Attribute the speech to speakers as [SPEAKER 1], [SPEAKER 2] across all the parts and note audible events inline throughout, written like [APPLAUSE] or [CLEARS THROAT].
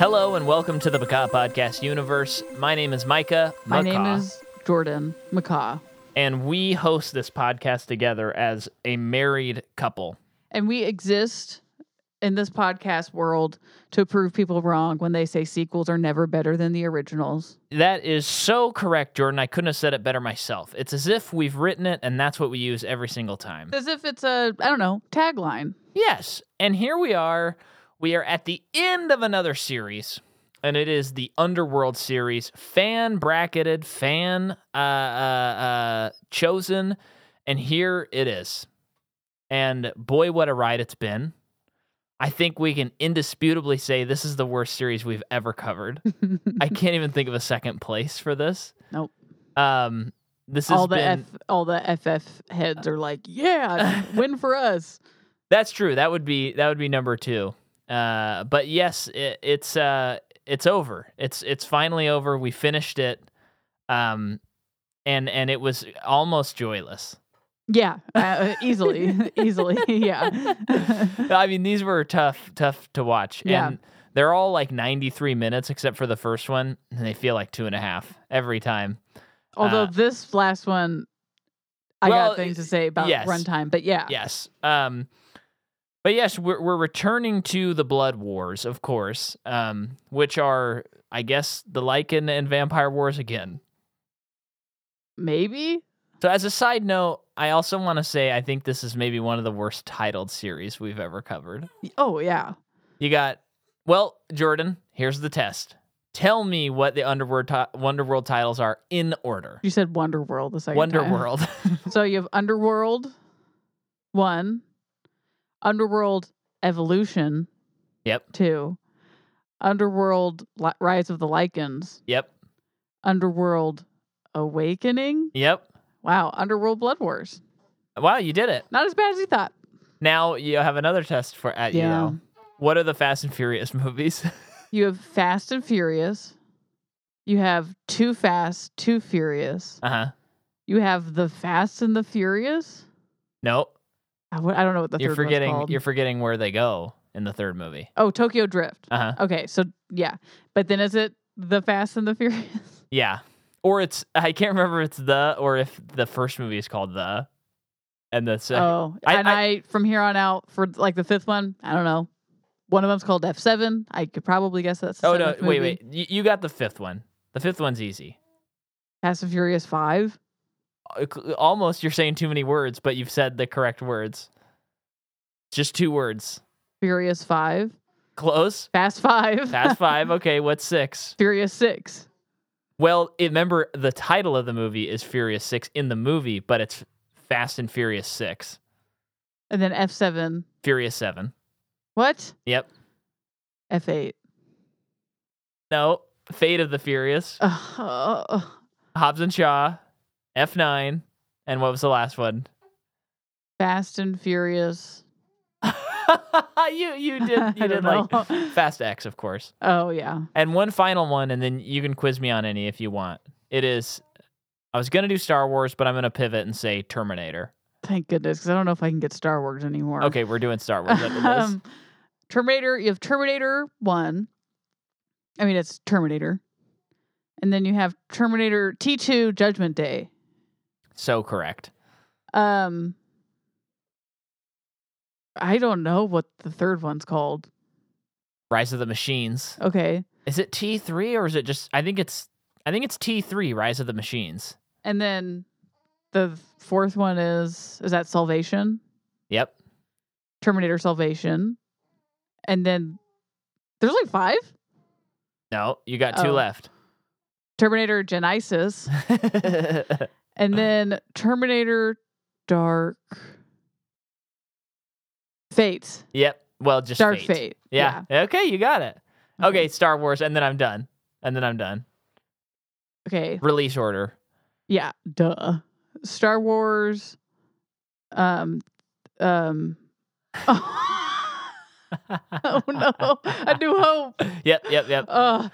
[SPEAKER 1] Hello and welcome to the Macaw Podcast universe. My name is Micah.
[SPEAKER 2] My name
[SPEAKER 1] Macaw,
[SPEAKER 2] is Jordan McCaw.
[SPEAKER 1] and we host this podcast together as a married couple.
[SPEAKER 2] And we exist in this podcast world to prove people wrong when they say sequels are never better than the originals.
[SPEAKER 1] That is so correct, Jordan. I couldn't have said it better myself. It's as if we've written it and that's what we use every single time.
[SPEAKER 2] As if it's a, I don't know, tagline.
[SPEAKER 1] Yes. And here we are. We are at the end of another series, and it is the Underworld series, fan bracketed, fan uh, uh, uh, chosen. And here it is. And boy, what a ride it's been. I think we can indisputably say this is the worst series we've ever
[SPEAKER 2] [LAUGHS]
[SPEAKER 1] covered. I can't even think of a second place for this.
[SPEAKER 2] Nope.
[SPEAKER 1] Um, this is
[SPEAKER 2] all the F, all the FF heads are like, yeah, win
[SPEAKER 1] [LAUGHS]
[SPEAKER 2] for us.
[SPEAKER 1] That's true. That would be that would be number two. Uh, but yes, it, it's uh, it's over. It's it's finally over. We finished it, um, and and it was almost joyless.
[SPEAKER 2] Yeah, uh, easily, [LAUGHS] easily.
[SPEAKER 1] [LAUGHS]
[SPEAKER 2] Yeah.
[SPEAKER 1] I mean, these were tough tough to watch.
[SPEAKER 2] Yeah.
[SPEAKER 1] And they're all like ninety three minutes, except for the first one, and they feel like two and a half every time.
[SPEAKER 2] Although
[SPEAKER 1] Uh,
[SPEAKER 2] this last one, I
[SPEAKER 1] well,
[SPEAKER 2] got things to say about
[SPEAKER 1] yes.
[SPEAKER 2] runtime, but yeah.
[SPEAKER 1] Yes. Um, but yes, we're we're returning to the Blood Wars, of course, um, which are I guess the Lycan and Vampire Wars again.
[SPEAKER 2] Maybe.
[SPEAKER 1] So, as a side note, I also want to say I think this is maybe one of the worst titled series we've ever covered.
[SPEAKER 2] Oh, yeah.
[SPEAKER 1] You got, well, Jordan, here's the test. Tell me what the Underworld, ti- Wonderworld titles are in order.
[SPEAKER 2] You said Wonderworld the second time.
[SPEAKER 1] Wonderworld. [LAUGHS]
[SPEAKER 2] So you have Underworld one, Underworld Evolution
[SPEAKER 1] yep.
[SPEAKER 2] two, Underworld Li- Rise of the Lycans,
[SPEAKER 1] Yep.
[SPEAKER 2] Underworld Awakening.
[SPEAKER 1] Yep.
[SPEAKER 2] Wow, Underworld Blood Wars.
[SPEAKER 1] Wow, you did it.
[SPEAKER 2] Not as bad as you thought.
[SPEAKER 1] Now you have another test for at
[SPEAKER 2] Yeah.
[SPEAKER 1] you though. What are the Fast and Furious [LAUGHS] movies?
[SPEAKER 2] You have Fast and Furious. You have Too Fast, Too Furious.
[SPEAKER 1] uh huh.
[SPEAKER 2] You have The Fast and the Furious.
[SPEAKER 1] No,
[SPEAKER 2] I w- I don't know what the
[SPEAKER 1] you're
[SPEAKER 2] third one's
[SPEAKER 1] forgetting.
[SPEAKER 2] called.
[SPEAKER 1] You're forgetting where they go in the third movie.
[SPEAKER 2] Oh, Tokyo Drift.
[SPEAKER 1] Uh huh.
[SPEAKER 2] Okay, so yeah, but then is it the Fast and the Furious? [LAUGHS]
[SPEAKER 1] Yeah. Or it's I can't remember if it's the or if the first movie is called the and the [LAUGHS] second
[SPEAKER 2] oh,
[SPEAKER 1] I-
[SPEAKER 2] and I, from here on out for like the fifth one, I don't know. One of them's called F seven. I could probably guess that's. The
[SPEAKER 1] Oh no,
[SPEAKER 2] seventh
[SPEAKER 1] wait,
[SPEAKER 2] movie.
[SPEAKER 1] wait. You, you got the fifth one. The fifth one's easy.
[SPEAKER 2] Fast and Furious five.
[SPEAKER 1] Uh, cl- Almost you're saying too many words, but you've said the correct words. Just two words.
[SPEAKER 2] Furious five.
[SPEAKER 1] Close.
[SPEAKER 2] Fast five. [LAUGHS]
[SPEAKER 1] Fast 5. Okay, what's 6?
[SPEAKER 2] Furious six.
[SPEAKER 1] Well, it- remember the title of the movie is Furious 6 in the movie, but it's Fast and Furious 6.
[SPEAKER 2] And then F seven.
[SPEAKER 1] Furious 7.
[SPEAKER 2] What?
[SPEAKER 1] Yep.
[SPEAKER 2] F eight.
[SPEAKER 1] No, Fate of the Furious.
[SPEAKER 2] Uh,
[SPEAKER 1] Hobbs and Shaw, F9, and what was the last one? [LAUGHS]
[SPEAKER 2] Fast and Furious.
[SPEAKER 1] you
[SPEAKER 2] [LAUGHS]
[SPEAKER 1] you did
[SPEAKER 2] I
[SPEAKER 1] you did like
[SPEAKER 2] don't know.
[SPEAKER 1] [LAUGHS] Fast X, of course.
[SPEAKER 2] Oh yeah.
[SPEAKER 1] And one final one, and then you can quiz me on any if you want. It is I was gonna do Star Wars, but I'm gonna pivot and say Terminator.
[SPEAKER 2] Thank goodness, because I don't know if I can get Star Wars anymore.
[SPEAKER 1] Okay, we're doing Star Wars. That it is.
[SPEAKER 2] [LAUGHS] Um, Terminator, you have Terminator 1. I mean, it's Terminator. And then you have Terminator T2 Judgment Day.
[SPEAKER 1] So correct.
[SPEAKER 2] Um I don't know what the third one's called.
[SPEAKER 1] Rise of the Machines.
[SPEAKER 2] Okay.
[SPEAKER 1] Is it T three or is it just I think it's I think it's T three, Rise of the Machines.
[SPEAKER 2] And then the fourth one is is that Salvation?
[SPEAKER 1] Yep.
[SPEAKER 2] Terminator Salvation. And then there's like five?
[SPEAKER 1] No, you got two
[SPEAKER 2] Oh.
[SPEAKER 1] left. [LAUGHS]
[SPEAKER 2] Terminator Genesis.
[SPEAKER 1] Uh-huh.
[SPEAKER 2] And then Terminator Dark Fate.
[SPEAKER 1] yep. Well just
[SPEAKER 2] Dark
[SPEAKER 1] Fate.
[SPEAKER 2] Fate.
[SPEAKER 1] Yeah. Okay, you got it.
[SPEAKER 2] Yeah.
[SPEAKER 1] Okay, Star Wars, and then I'm done. And then I'm done.
[SPEAKER 2] Okay.
[SPEAKER 1] Release
[SPEAKER 2] [LAUGHS]
[SPEAKER 1] order.
[SPEAKER 2] Yeah. Duh. Star Wars. Um. Um. [LAUGHS] oh no! A New Hope.
[SPEAKER 1] Yep, yep, yep.
[SPEAKER 2] Uh.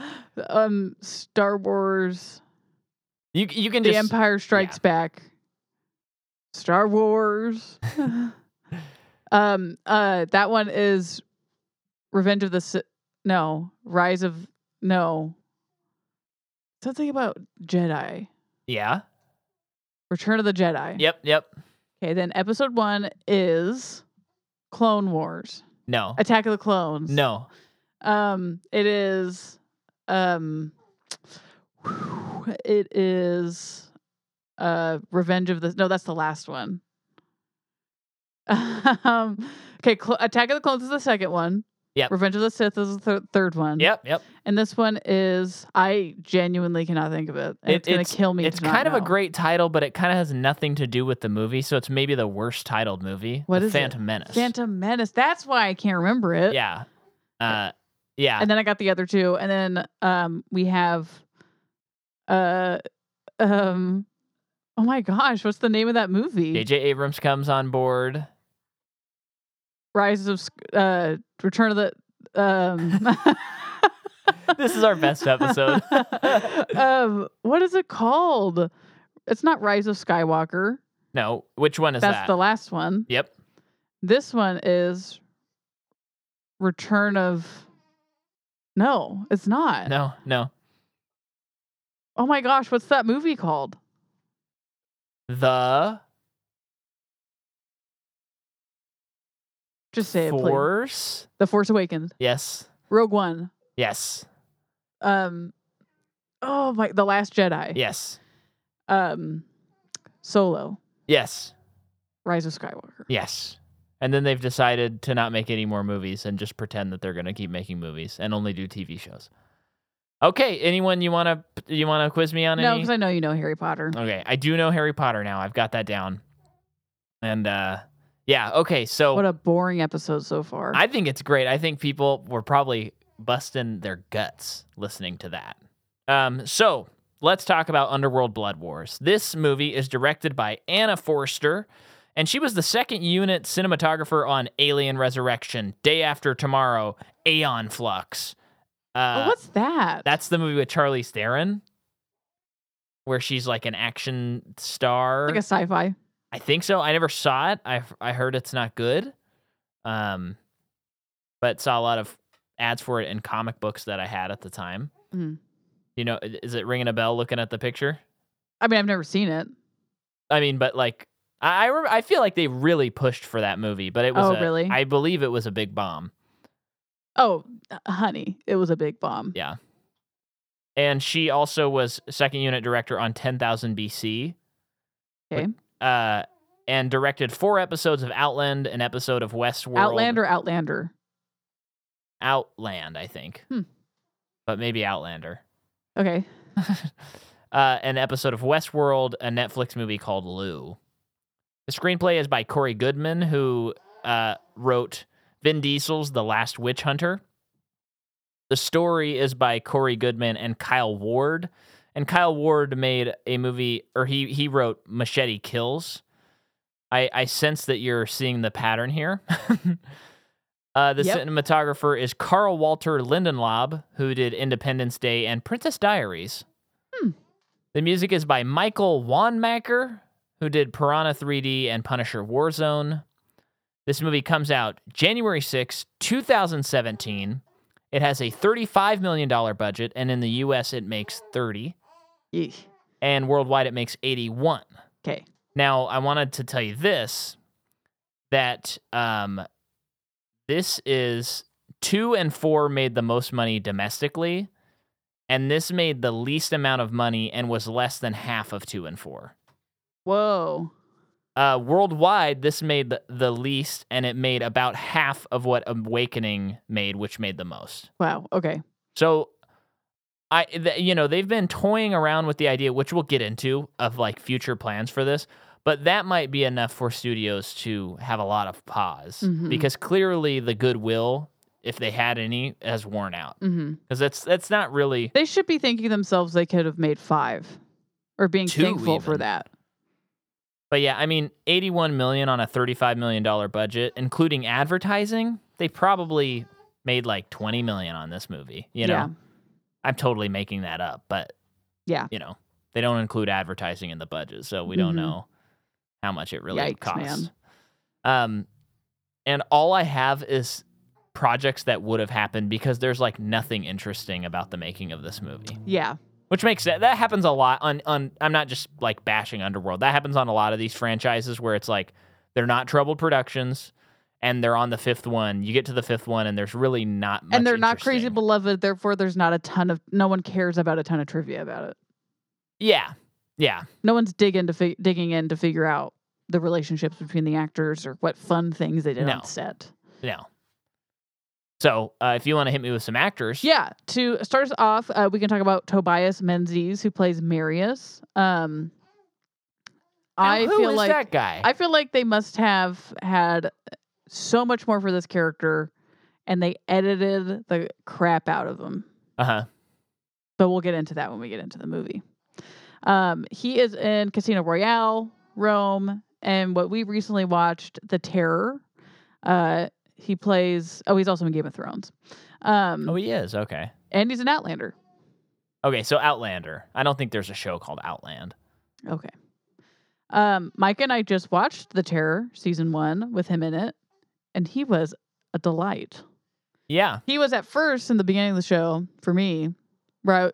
[SPEAKER 2] Um. Star Wars.
[SPEAKER 1] You you can
[SPEAKER 2] The
[SPEAKER 1] just
[SPEAKER 2] Empire Strikes Back. Star Wars.
[SPEAKER 1] [LAUGHS]
[SPEAKER 2] um. Uh. That one is Revenge of the Sith. No, Rise of no. Something about Jedi.
[SPEAKER 1] Yeah.
[SPEAKER 2] Return of the Jedi.
[SPEAKER 1] Yep. Yep.
[SPEAKER 2] Okay, then episode one is Clone Wars.
[SPEAKER 1] No.
[SPEAKER 2] Attack of the Clones.
[SPEAKER 1] No.
[SPEAKER 2] Um, it is. Um, [SIGHS] it is. Uh, Revenge of the. No, that's the last one. [LAUGHS] Um, okay, Cl- Attack of the Clones is the second one.
[SPEAKER 1] Yep.
[SPEAKER 2] Revenge of the Sith is the thir- third one.
[SPEAKER 1] Yep. Yep.
[SPEAKER 2] And this one is I genuinely cannot think of it. And
[SPEAKER 1] It-
[SPEAKER 2] it's gonna
[SPEAKER 1] it's-
[SPEAKER 2] kill me.
[SPEAKER 1] It's
[SPEAKER 2] to not
[SPEAKER 1] kind of a
[SPEAKER 2] know.
[SPEAKER 1] great title, but it kind of has nothing to do with the movie, so it's maybe the worst titled movie.
[SPEAKER 2] What
[SPEAKER 1] the
[SPEAKER 2] is it?
[SPEAKER 1] Phantom Menace.
[SPEAKER 2] Phantom Menace. That's why I can't remember it.
[SPEAKER 1] Yeah. Uh, yeah.
[SPEAKER 2] and then I got the other two, and then um we have uh um oh my gosh, what's the name of that movie?
[SPEAKER 1] J.J. Abrams comes on board.
[SPEAKER 2] Rise of Sk- uh Return of the um
[SPEAKER 1] [LAUGHS] This is our best episode.
[SPEAKER 2] [LAUGHS] um what is it called? It's not Rise of Skywalker.
[SPEAKER 1] No, which one is
[SPEAKER 2] That's
[SPEAKER 1] that?
[SPEAKER 2] the last one.
[SPEAKER 1] Yep.
[SPEAKER 2] This one is Return of No, it's not.
[SPEAKER 1] No, no.
[SPEAKER 2] Oh my gosh, what's that movie called?
[SPEAKER 1] The
[SPEAKER 2] Just say it, please.
[SPEAKER 1] Force.
[SPEAKER 2] The Force Awakens.
[SPEAKER 1] Yes.
[SPEAKER 2] Rogue One.
[SPEAKER 1] Yes.
[SPEAKER 2] Um Oh my The Last Jedi.
[SPEAKER 1] Yes.
[SPEAKER 2] Um Solo.
[SPEAKER 1] Yes.
[SPEAKER 2] Rise of Skywalker.
[SPEAKER 1] Yes. And then they've decided to not make any more movies and just pretend that they're going to keep making movies and only do TV shows. Okay, anyone you want to you want to quiz me on
[SPEAKER 2] No,
[SPEAKER 1] any?
[SPEAKER 2] because I know you know Harry Potter.
[SPEAKER 1] Okay, I do know Harry Potter now. I've got that down. And uh yeah, okay. So
[SPEAKER 2] What a boring episode so far.
[SPEAKER 1] I think it's great. I think people were probably busting their guts listening to that. Um, so let's talk about Underworld Blood Wars. This movie is directed by Anna Forster, and she was the second unit cinematographer on Alien Resurrection, Day After Tomorrow, Aeon Flux.
[SPEAKER 2] Oh,
[SPEAKER 1] Uh,
[SPEAKER 2] what's that?
[SPEAKER 1] that's the movie with Charlie Theron, where she's like an action star.
[SPEAKER 2] like a sci-fi.
[SPEAKER 1] I think so. I never saw it. I I heard it's not good. Um, but saw a lot of ads for it in comic books that I had at the time.
[SPEAKER 2] Mhm.
[SPEAKER 1] You know, i- is it ringing a bell looking at the picture?
[SPEAKER 2] I mean, I've never seen it.
[SPEAKER 1] I mean, but like I I, rem- I feel like they really pushed for that movie, but it was
[SPEAKER 2] Oh,
[SPEAKER 1] a-
[SPEAKER 2] really?
[SPEAKER 1] I believe it was a big bomb.
[SPEAKER 2] Oh, honey, it was a big bomb.
[SPEAKER 1] Yeah. And she also was second unit director on 10,000 BC.
[SPEAKER 2] Okay.
[SPEAKER 1] Uh and directed four episodes of Outland, an episode of Westworld.
[SPEAKER 2] Outland or Outlander?
[SPEAKER 1] Outland, I think.
[SPEAKER 2] Hmm.
[SPEAKER 1] But maybe Outlander. [LAUGHS]
[SPEAKER 2] Okay.
[SPEAKER 1] Uh, an episode of Westworld, a Netflix movie called Lou. The screenplay is by Corey Goodman, who uh, wrote Vin Diesel's The Last Witch Hunter. The story is by Corey Goodman and Kyle Ward. And Kyle Ward made a movie, or he, he wrote Machete Kills. I, I sense that you're seeing the pattern here. [LAUGHS] uh, the
[SPEAKER 2] Yep.
[SPEAKER 1] cinematographer is Carl Walter Lindenlob, who did Independence Day and Princess Diaries. The music is by Michael Wanmaker, who did Piranha 3D and Punisher Warzone. This movie comes out January 6, 2017. It has a $35 million budget, and in the US, it makes 30 and worldwide, it makes 81
[SPEAKER 2] Okay.
[SPEAKER 1] Now, I wanted to tell you this that um, this is two and four made the most money domestically, and this made the least amount of money and was less than half of two and four.
[SPEAKER 2] Whoa.
[SPEAKER 1] Uh, worldwide, this made the, the least, and it made about half of what Awakening made, which made the most.
[SPEAKER 2] Wow. Okay.
[SPEAKER 1] So I th- you know, they've been toying around with the idea which we'll get into of like future plans for this, but that might be enough for studios to have a lot of pause
[SPEAKER 2] Mhm.
[SPEAKER 1] because clearly the goodwill if they had any has worn out
[SPEAKER 2] hmm
[SPEAKER 1] because that's that's not really
[SPEAKER 2] They should be thanking themselves they could have made five or being
[SPEAKER 1] Two
[SPEAKER 2] thankful for
[SPEAKER 1] even.
[SPEAKER 2] that.
[SPEAKER 1] but yeah i mean 81 million on a 35 million dollar budget including advertising they probably made like 20 million on this movie you know
[SPEAKER 2] Yeah.
[SPEAKER 1] i'm totally making that up but
[SPEAKER 2] Yeah.
[SPEAKER 1] you know, they don't include advertising in the budget, so we don't
[SPEAKER 2] Mhm.
[SPEAKER 1] know how much it really
[SPEAKER 2] Yikes,
[SPEAKER 1] costs. Um, and all I have is projects that would have happened because there's like nothing interesting about the making of this movie.
[SPEAKER 2] Yeah.
[SPEAKER 1] Which makes that that happens a lot on on I'm not just like bashing Underworld. That happens on a lot of these franchises where it's like they're not troubled productions and they're on the fifth one. You get to the fifth one and there's really not much
[SPEAKER 2] and they're not crazy
[SPEAKER 1] interesting.
[SPEAKER 2] beloved, therefore there's not a ton of no one cares about a ton of trivia about it.
[SPEAKER 1] Yeah. Yeah.
[SPEAKER 2] No one's digging to fi- digging in to figure out the relationships between the actors or what fun things they did
[SPEAKER 1] No.
[SPEAKER 2] on set.
[SPEAKER 1] No. So, uh, if you want to hit me with some actors,
[SPEAKER 2] Yeah. To start us off, uh, we can talk about Tobias Menzies, who plays Marius. Um,
[SPEAKER 1] Now,
[SPEAKER 2] I
[SPEAKER 1] who
[SPEAKER 2] feel
[SPEAKER 1] is
[SPEAKER 2] like
[SPEAKER 1] that guy?
[SPEAKER 2] I feel like they must have had so much more for this character, and they edited the crap out of him.
[SPEAKER 1] Uh huh.
[SPEAKER 2] But we'll get into that when we get into the movie. Um, he is in Casino Royale, Rome, and what we recently watched, The Terror. Uh, he plays. Oh, he's also in Game of Thrones. Um,
[SPEAKER 1] Oh, he is. Okay.
[SPEAKER 2] and he's an Outlander.
[SPEAKER 1] Okay. So, Outlander. I don't think there's a show called Outland.
[SPEAKER 2] Okay. Um, Mike and I just watched The Terror season one with him in it, and he was a delight.
[SPEAKER 1] Yeah.
[SPEAKER 2] He was at first in the beginning of the show for me, right?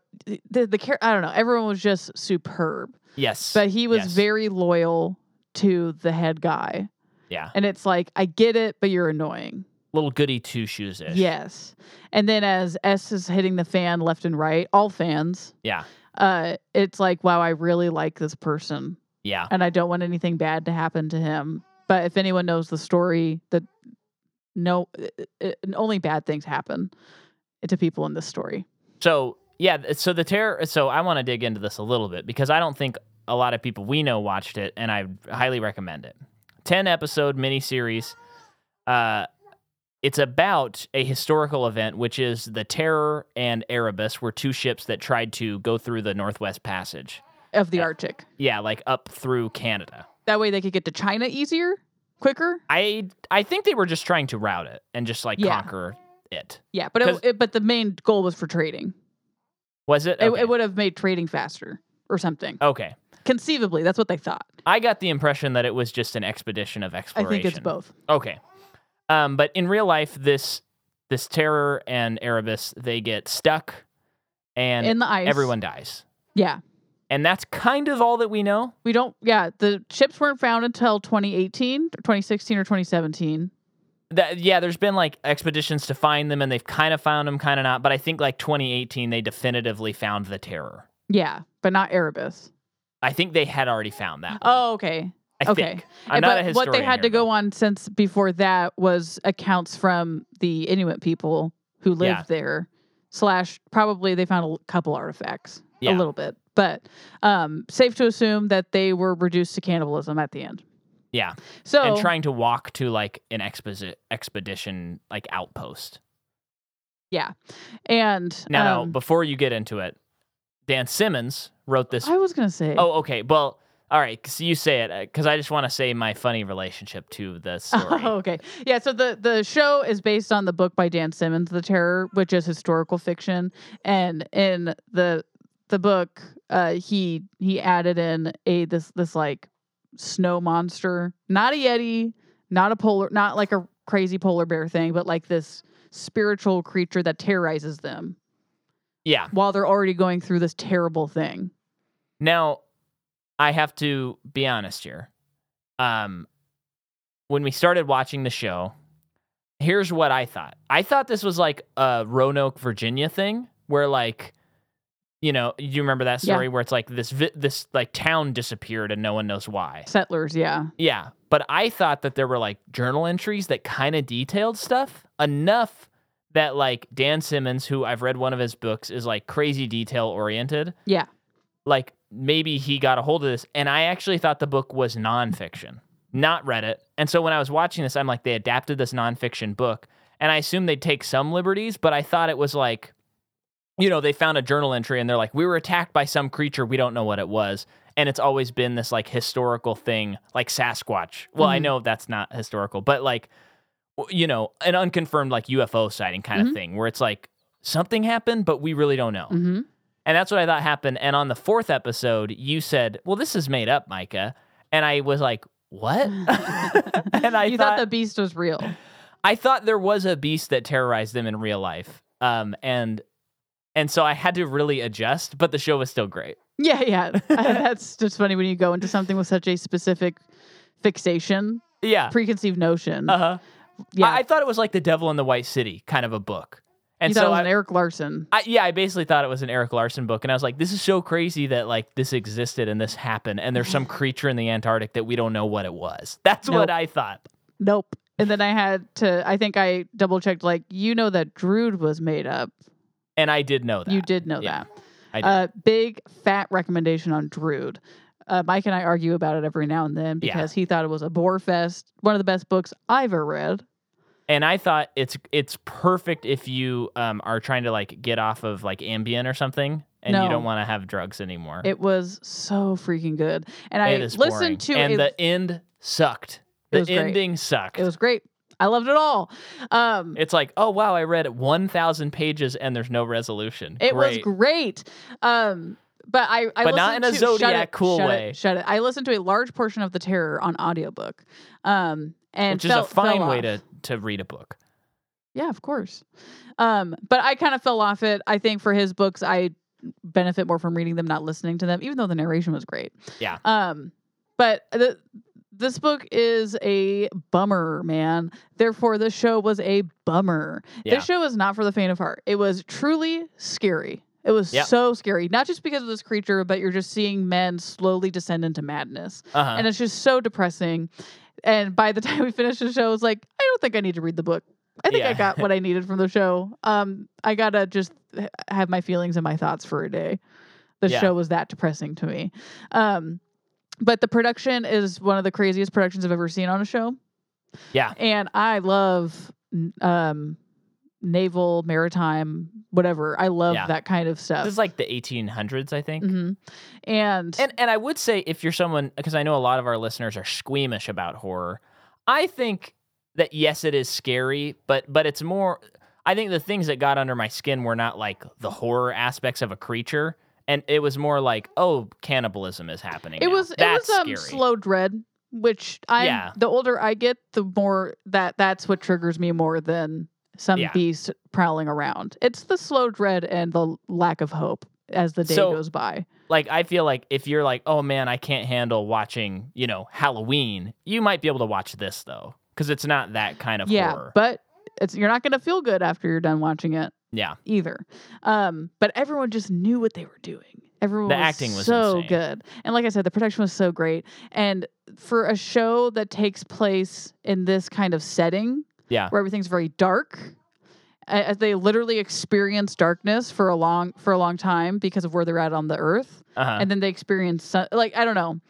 [SPEAKER 2] The the char- I don't know. Everyone was just superb,
[SPEAKER 1] Yes.
[SPEAKER 2] but he was
[SPEAKER 1] Yes.
[SPEAKER 2] very loyal to the head guy,
[SPEAKER 1] yeah.
[SPEAKER 2] and it's like I get it, but you're annoying.
[SPEAKER 1] Little goody two shoes ish.
[SPEAKER 2] Yes. And then as S is hitting the fan left and right, all fans.
[SPEAKER 1] Yeah.
[SPEAKER 2] Uh, it's like wow, I really like this person.
[SPEAKER 1] Yeah.
[SPEAKER 2] and I don't want anything bad to happen to him. But if anyone knows the story, that no, it, it, only bad things happen to people in this story.
[SPEAKER 1] So, yeah. th- So, the terror. So, I want to dig into this a little bit because I don't think a lot of people we know watched it, and I highly recommend it. 10 episode miniseries. Uh, it's about a historical event, which is the Terror and Erebus were two ships that tried to go through the Northwest Passage.
[SPEAKER 2] Of the
[SPEAKER 1] Yeah.
[SPEAKER 2] Arctic,
[SPEAKER 1] Yeah, like up through Canada.
[SPEAKER 2] that way they could get to China easier, quicker.
[SPEAKER 1] I I think they were just trying to route it and just like
[SPEAKER 2] Yeah.
[SPEAKER 1] conquer it.
[SPEAKER 2] Yeah, but it,
[SPEAKER 1] 'Cause-
[SPEAKER 2] it, but the main goal was for trading.
[SPEAKER 1] Was it?
[SPEAKER 2] It,
[SPEAKER 1] Okay.
[SPEAKER 2] it would have made trading faster or something.
[SPEAKER 1] okay.
[SPEAKER 2] Conceivably, that's what they thought.
[SPEAKER 1] I got the impression that it was just an expedition of
[SPEAKER 2] I
[SPEAKER 1] exploration.
[SPEAKER 2] think it's both.
[SPEAKER 1] Okay. Um, but in real life, this this terror and Erebus they get stuck, and
[SPEAKER 2] in the ice,
[SPEAKER 1] everyone dies,
[SPEAKER 2] Yeah,
[SPEAKER 1] and that's kind of all that we know.
[SPEAKER 2] we don't. Yeah, the ships weren't found until 2018, 2016, or 2017.
[SPEAKER 1] That yeah, there's been like expeditions to find them, and they've kind of found them, kind of not. But I think like 2018, they definitively found the terror.
[SPEAKER 2] Yeah, but not Erebus.
[SPEAKER 1] I think they had already found that. one.
[SPEAKER 2] Oh, okay.
[SPEAKER 1] I
[SPEAKER 2] okay.
[SPEAKER 1] think. I'm
[SPEAKER 2] And-
[SPEAKER 1] not
[SPEAKER 2] but
[SPEAKER 1] a
[SPEAKER 2] what
[SPEAKER 1] historian.
[SPEAKER 2] they had to
[SPEAKER 1] here,
[SPEAKER 2] go
[SPEAKER 1] though.
[SPEAKER 2] on since before that was accounts from the Inuit people who lived
[SPEAKER 1] Yeah.
[SPEAKER 2] there. Slash, probably they found a l- couple artifacts,
[SPEAKER 1] Yeah.
[SPEAKER 2] a little bit, but um, safe to assume that they were reduced to cannibalism at the end.
[SPEAKER 1] Yeah.
[SPEAKER 2] So
[SPEAKER 1] and trying to walk to like an exposi- expedition like outpost.
[SPEAKER 2] and
[SPEAKER 1] Now, now,
[SPEAKER 2] um,
[SPEAKER 1] before you get into it, Dan Simmons wrote this.
[SPEAKER 2] I was gonna say,
[SPEAKER 1] Oh, okay. Well, all right. So you say it because I just want to say my funny relationship to the story.
[SPEAKER 2] [LAUGHS] okay, yeah. So the the show is based on the book by Dan Simmons, The Terror, which is historical fiction, and in the the book, uh, he he added in a this this like snow monster, not a yeti, not a polar, not like a crazy polar bear thing, but like this spiritual creature that terrorizes them
[SPEAKER 1] Yeah.
[SPEAKER 2] while they're already going through this terrible thing.
[SPEAKER 1] Now, I have to be honest here. Um, when we started watching the show, here's what I thought. I thought this was like a Roanoke, Virginia thing, where like, you know, you remember that
[SPEAKER 2] Yeah.
[SPEAKER 1] story where it's like this vi- this like town disappeared and no one knows why.
[SPEAKER 2] Settlers, yeah,
[SPEAKER 1] Yeah, but I thought that there were like journal entries that kind of detailed stuff enough that like Dan Simmons, who I've read one of his books, is like crazy detail oriented.
[SPEAKER 2] Yeah.
[SPEAKER 1] Like maybe he got a hold of this, and I actually thought the book was nonfiction, not Reddit. And so when I was watching this, I'm like, they adapted this nonfiction book, and I assumed they'd take some liberties, but I thought it was like, you know, they found a journal entry and they're like, we were attacked by some creature, we don't know what it was and it's always been this like historical thing, like Sasquatch. Well, I
[SPEAKER 2] Mhm.
[SPEAKER 1] know that's not historical, but like w- you know, an unconfirmed like UFO sighting kind
[SPEAKER 2] Mhm.
[SPEAKER 1] of thing where it's like something happened, but we really don't know.
[SPEAKER 2] hmm
[SPEAKER 1] And that's what I thought happened. And on the fourth episode, you said, "Well, this is made up, Micah," and I was like, "What?" [LAUGHS] and I
[SPEAKER 2] you
[SPEAKER 1] thought,
[SPEAKER 2] thought the beast was real.
[SPEAKER 1] I thought there was a beast that terrorized them in real life. Um, and and so I had to really adjust, but the show was still great. [LAUGHS]
[SPEAKER 2] Yeah, yeah. Uh, That's just funny when you go into something with such a specific fixation,
[SPEAKER 1] Yeah.
[SPEAKER 2] preconceived notion.
[SPEAKER 1] Uh huh.
[SPEAKER 2] yeah.
[SPEAKER 1] I-, I thought it was like The Devil in the White City, kind of a book. And
[SPEAKER 2] you
[SPEAKER 1] so
[SPEAKER 2] thought it was
[SPEAKER 1] I,
[SPEAKER 2] an Eric Larson.
[SPEAKER 1] I, yeah, I basically thought it was an Eric Larson book, and I was like, "This is so crazy that like this existed and this happened, and there's
[SPEAKER 2] [LAUGHS]
[SPEAKER 1] some creature in the Antarctic that we don't know what it was." That's what
[SPEAKER 2] Nope.
[SPEAKER 1] I thought.
[SPEAKER 2] Nope. And then I had to, I think I double checked, like, you know that Drood was made up.
[SPEAKER 1] and I did know that.
[SPEAKER 2] You did know
[SPEAKER 1] Yeah,
[SPEAKER 2] that.
[SPEAKER 1] I did.
[SPEAKER 2] Uh, big fat recommendation on Drood. Uh, Mike and I argue about it every now and then
[SPEAKER 1] Yeah.
[SPEAKER 2] because he thought it was a bore fest, one of the best books I've ever read.
[SPEAKER 1] and I thought it's it's perfect if you um, are trying to like get off of like Ambien or something, and
[SPEAKER 2] No.
[SPEAKER 1] you don't want to have drugs anymore.
[SPEAKER 2] It was so freaking good. And I
[SPEAKER 1] It is boring.
[SPEAKER 2] listened to
[SPEAKER 1] and
[SPEAKER 2] it.
[SPEAKER 1] the end sucked.
[SPEAKER 2] It
[SPEAKER 1] The
[SPEAKER 2] was great.
[SPEAKER 1] ending sucked.
[SPEAKER 2] it was great. I loved it all. Um,
[SPEAKER 1] it's like, oh wow, I read one thousand pages and there's no resolution.
[SPEAKER 2] It
[SPEAKER 1] Great.
[SPEAKER 2] was great. Um, but I, I
[SPEAKER 1] But not
[SPEAKER 2] listened
[SPEAKER 1] in a
[SPEAKER 2] to,
[SPEAKER 1] Zodiac
[SPEAKER 2] shut it,
[SPEAKER 1] cool
[SPEAKER 2] shut
[SPEAKER 1] way.
[SPEAKER 2] It, shut it. I listened to a large portion of the Terror on audiobook. Um, and
[SPEAKER 1] which
[SPEAKER 2] fell-
[SPEAKER 1] is a fine
[SPEAKER 2] fell
[SPEAKER 1] way
[SPEAKER 2] off.
[SPEAKER 1] to to read a book.
[SPEAKER 2] Yeah, of course. Um, but I kind of fell off it. I think for his books, I benefit more from reading them, not listening to them, even though the narration was great.
[SPEAKER 1] Yeah.
[SPEAKER 2] Um, but the, this book is a bummer, man. Therefore, this show was a bummer.
[SPEAKER 1] Yeah.
[SPEAKER 2] This show is not for the faint of heart. It was truly scary. It was
[SPEAKER 1] Yeah.
[SPEAKER 2] so scary, not just because of this creature, but you're just seeing men slowly descend into madness.
[SPEAKER 1] Uh-huh.
[SPEAKER 2] And it's just so depressing. And by the [LAUGHS] time we finished the show, I was like, I don't think I need to read the book. I think I
[SPEAKER 1] Yeah. [LAUGHS]
[SPEAKER 2] got what I needed from the show. Um, I gotta just h- have my feelings and my thoughts for a day. The
[SPEAKER 1] Yeah.
[SPEAKER 2] show was that depressing to me. Um, but the production is one of the craziest productions I've ever seen on a show.
[SPEAKER 1] Yeah.
[SPEAKER 2] And I love n- um, naval, maritime, whatever. I love
[SPEAKER 1] Yeah.
[SPEAKER 2] that kind of stuff.
[SPEAKER 1] this is like the 1800s, I think.
[SPEAKER 2] hmm and,
[SPEAKER 1] And and I would say if you're someone because I know a lot of our listeners are squeamish about horror, I think that yes it is scary, but but it's more I think the things that got under my skin were not like the horror aspects of a creature and it was more like oh cannibalism is happening.
[SPEAKER 2] it
[SPEAKER 1] now.
[SPEAKER 2] was
[SPEAKER 1] That's
[SPEAKER 2] it was um,
[SPEAKER 1] scary.
[SPEAKER 2] slow dread, which I
[SPEAKER 1] Yeah.
[SPEAKER 2] the older I get, the more that that's what triggers me more than some
[SPEAKER 1] Yeah.
[SPEAKER 2] beast prowling around. It's the slow dread and the lack of hope as the day
[SPEAKER 1] So-
[SPEAKER 2] goes by.
[SPEAKER 1] Like I feel like if you're like oh man I can't handle watching, you know, Halloween, you might be able to watch this though because it's not that kind of
[SPEAKER 2] Yeah,
[SPEAKER 1] horror.
[SPEAKER 2] but it's you're not going to feel good after you're done watching it
[SPEAKER 1] yeah.
[SPEAKER 2] either. Um, but everyone just knew what they were doing. Everyone
[SPEAKER 1] The
[SPEAKER 2] was
[SPEAKER 1] acting was
[SPEAKER 2] so
[SPEAKER 1] insane.
[SPEAKER 2] good, and like I said, the production was so great. And for a show that takes place in this kind of setting,
[SPEAKER 1] Yeah.
[SPEAKER 2] where everything's very dark, a- as they literally experience darkness for a long for a long time because of where they're at on the earth,
[SPEAKER 1] Uh-huh.
[SPEAKER 2] and then they experience sun- like I don't know,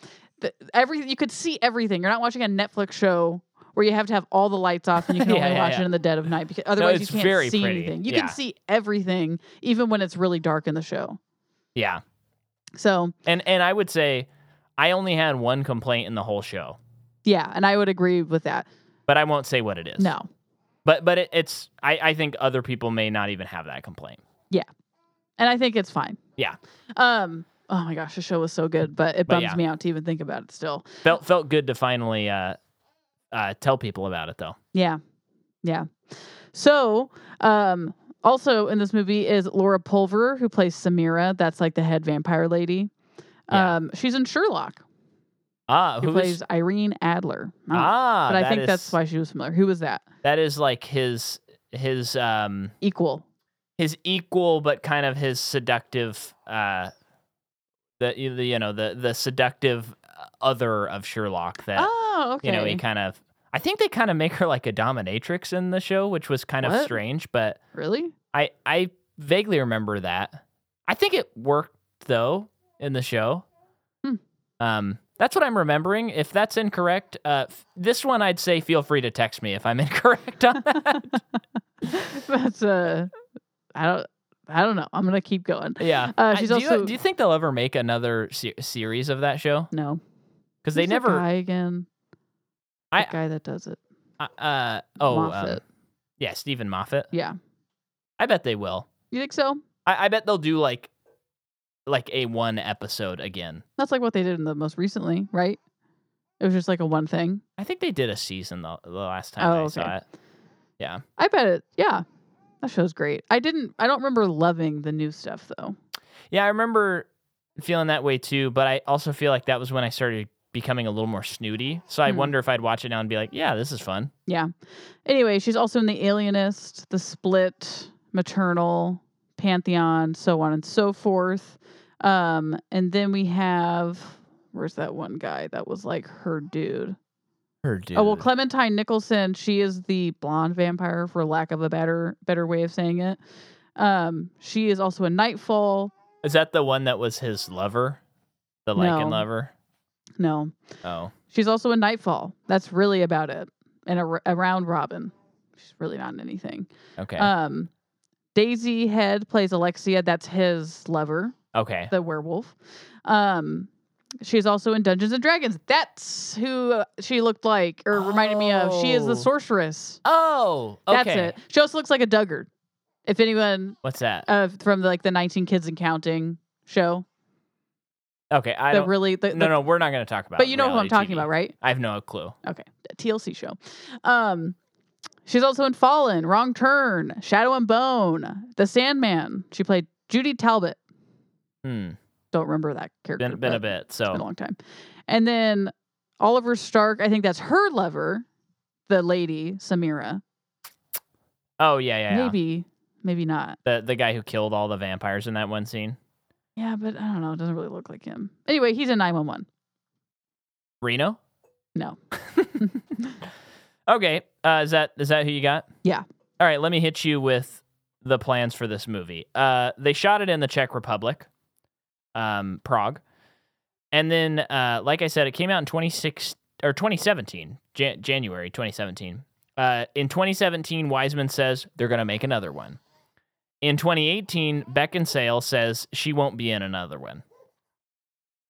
[SPEAKER 2] the, every you could see everything. You're not watching a Netflix show. Where you have to have all the lights off
[SPEAKER 1] [LAUGHS]
[SPEAKER 2] and you can
[SPEAKER 1] Yeah,
[SPEAKER 2] only
[SPEAKER 1] yeah,
[SPEAKER 2] watch
[SPEAKER 1] yeah.
[SPEAKER 2] it in the dead of night because otherwise you
[SPEAKER 1] it's
[SPEAKER 2] can't
[SPEAKER 1] very
[SPEAKER 2] see
[SPEAKER 1] pretty.
[SPEAKER 2] anything. You
[SPEAKER 1] Yeah.
[SPEAKER 2] can see everything even when it's really dark in the show.
[SPEAKER 1] yeah.
[SPEAKER 2] So
[SPEAKER 1] And and I would say I only had one complaint in the whole show,
[SPEAKER 2] yeah, and I would agree with that.
[SPEAKER 1] but I won't say what it is.
[SPEAKER 2] No,
[SPEAKER 1] But but it, it's I, I think other people may not even have that complaint.
[SPEAKER 2] and I think it's fine.
[SPEAKER 1] Yeah.
[SPEAKER 2] Um. Oh my gosh, the show was so good, but it
[SPEAKER 1] But
[SPEAKER 2] bums
[SPEAKER 1] yeah.
[SPEAKER 2] me out to even think about it still.
[SPEAKER 1] Felt felt good to finally uh uh tell people about it though.
[SPEAKER 2] Yeah. Yeah. So, um, also in this movie is Laura Pulver, who plays Samira. That's like the head vampire lady.
[SPEAKER 1] Yeah.
[SPEAKER 2] Um, she's in Sherlock,
[SPEAKER 1] Ah, who's
[SPEAKER 2] who plays Irene Adler. I don't know,
[SPEAKER 1] Ah,
[SPEAKER 2] but I
[SPEAKER 1] that
[SPEAKER 2] think
[SPEAKER 1] is-
[SPEAKER 2] that's why she was familiar. Who was that?
[SPEAKER 1] that is like his his um
[SPEAKER 2] Equal.
[SPEAKER 1] his equal but kind of his seductive uh the the you know the the seductive other of Sherlock that
[SPEAKER 2] Oh, okay.
[SPEAKER 1] you know he kind of I think they kind of make her like a dominatrix in the show, which was kind of
[SPEAKER 2] What?
[SPEAKER 1] strange, but [LAUGHS]
[SPEAKER 2] really? [LAUGHS]
[SPEAKER 1] I I vaguely remember that. I think it worked though in the show.
[SPEAKER 2] Hmm.
[SPEAKER 1] Um, that's what I'm remembering. If that's incorrect, uh, f- this one I'd say feel free to text me if I'm [LAUGHS] incorrect on that.
[SPEAKER 2] that's uh, I don't. I don't know. I'm gonna keep going.
[SPEAKER 1] yeah. I-
[SPEAKER 2] Uh, she's
[SPEAKER 1] do,
[SPEAKER 2] also-
[SPEAKER 1] you, do you think they'll ever make another se- series of that show?
[SPEAKER 2] No,
[SPEAKER 1] Because they
[SPEAKER 2] Who's the
[SPEAKER 1] never.
[SPEAKER 2] guy again. The
[SPEAKER 1] I-
[SPEAKER 2] guy that does it.
[SPEAKER 1] Uh, uh, oh, um,
[SPEAKER 2] Moffat.
[SPEAKER 1] yeah, Stephen Moffat.
[SPEAKER 2] yeah.
[SPEAKER 1] I bet they will.
[SPEAKER 2] You think so?
[SPEAKER 1] I, I bet they'll do like like a one episode again.
[SPEAKER 2] That's like what they did in the most recently, right? It was just like a one thing.
[SPEAKER 1] I think they did a season the, the last time
[SPEAKER 2] Oh,
[SPEAKER 1] I saw
[SPEAKER 2] okay.
[SPEAKER 1] it. Yeah.
[SPEAKER 2] I bet it. Yeah. That show's great. I didn't I don't remember loving the new stuff though.
[SPEAKER 1] Yeah, I remember feeling that way too, but I also feel like that was when I started becoming a little more snooty. So I
[SPEAKER 2] Hmm.
[SPEAKER 1] wonder if I'd watch it now and be like, yeah, this is fun.
[SPEAKER 2] Anyway, she's also in The Alienist, The Split, Maternal, Pantheon, so on and so forth. Um and then we have where's that one guy that was like her dude?
[SPEAKER 1] Her dude.
[SPEAKER 2] Oh well, Clementine Nicholson. She is the blonde vampire, for lack of a better better way of saying it. Um, she is also a Nightfall.
[SPEAKER 1] is that the one that was his lover? The Lycan
[SPEAKER 2] No.
[SPEAKER 1] lover?
[SPEAKER 2] No,
[SPEAKER 1] Oh.
[SPEAKER 2] she's also a Nightfall. That's really about it. And a, a round robin. She's really not in anything.
[SPEAKER 1] Okay.
[SPEAKER 2] Um, Daisy Head plays Alexia. That's his lover,
[SPEAKER 1] okay.
[SPEAKER 2] the werewolf. Um, she's also in Dungeons and Dragons. That's who uh, she looked like, or reminded me of. She is
[SPEAKER 1] Oh.
[SPEAKER 2] the sorceress.
[SPEAKER 1] oh. Okay.
[SPEAKER 2] That's it. She also looks like a Duggard. If anyone
[SPEAKER 1] What's that?
[SPEAKER 2] uh, from like the 19 Kids and Counting show,
[SPEAKER 1] okay. I
[SPEAKER 2] Uh, the
[SPEAKER 1] don't.
[SPEAKER 2] really the,
[SPEAKER 1] no,
[SPEAKER 2] the-
[SPEAKER 1] no, we're not going to talk about.
[SPEAKER 2] but you know who I'm
[SPEAKER 1] reality
[SPEAKER 2] talking
[SPEAKER 1] TV.
[SPEAKER 2] about, right?
[SPEAKER 1] I have no clue.
[SPEAKER 2] Okay, TLC show. Um, she's also in Fallen, Wrong Turn, Shadow and Bone, The Sandman. She played Judy Talbot.
[SPEAKER 1] Hmm.
[SPEAKER 2] Don't remember that character.
[SPEAKER 1] Been been a
[SPEAKER 2] but
[SPEAKER 1] bit.
[SPEAKER 2] It's been a
[SPEAKER 1] So
[SPEAKER 2] long time. And then Oliver Stark. I think that's her lover, the lady Samira.
[SPEAKER 1] oh yeah yeah, yeah.
[SPEAKER 2] Maybe, maybe not.
[SPEAKER 1] the the guy who killed all the vampires in that one scene
[SPEAKER 2] Yeah, but I don't know. It doesn't really look like him. Anyway, he's in 911.
[SPEAKER 1] Reno.
[SPEAKER 2] No.
[SPEAKER 1] Okay. Uh, is that is that who you got?
[SPEAKER 2] Yeah.
[SPEAKER 1] All right. Let me hit you with the plans for this movie. Uh, they shot it in the Czech Republic, um, Prague, and then uh, like I said, it came out in 26 or 2017, Jan- January 2017. Uh, in 2017, Wiseman says they're going to make another one. In 2018, Beckinsale says she won't be in another one.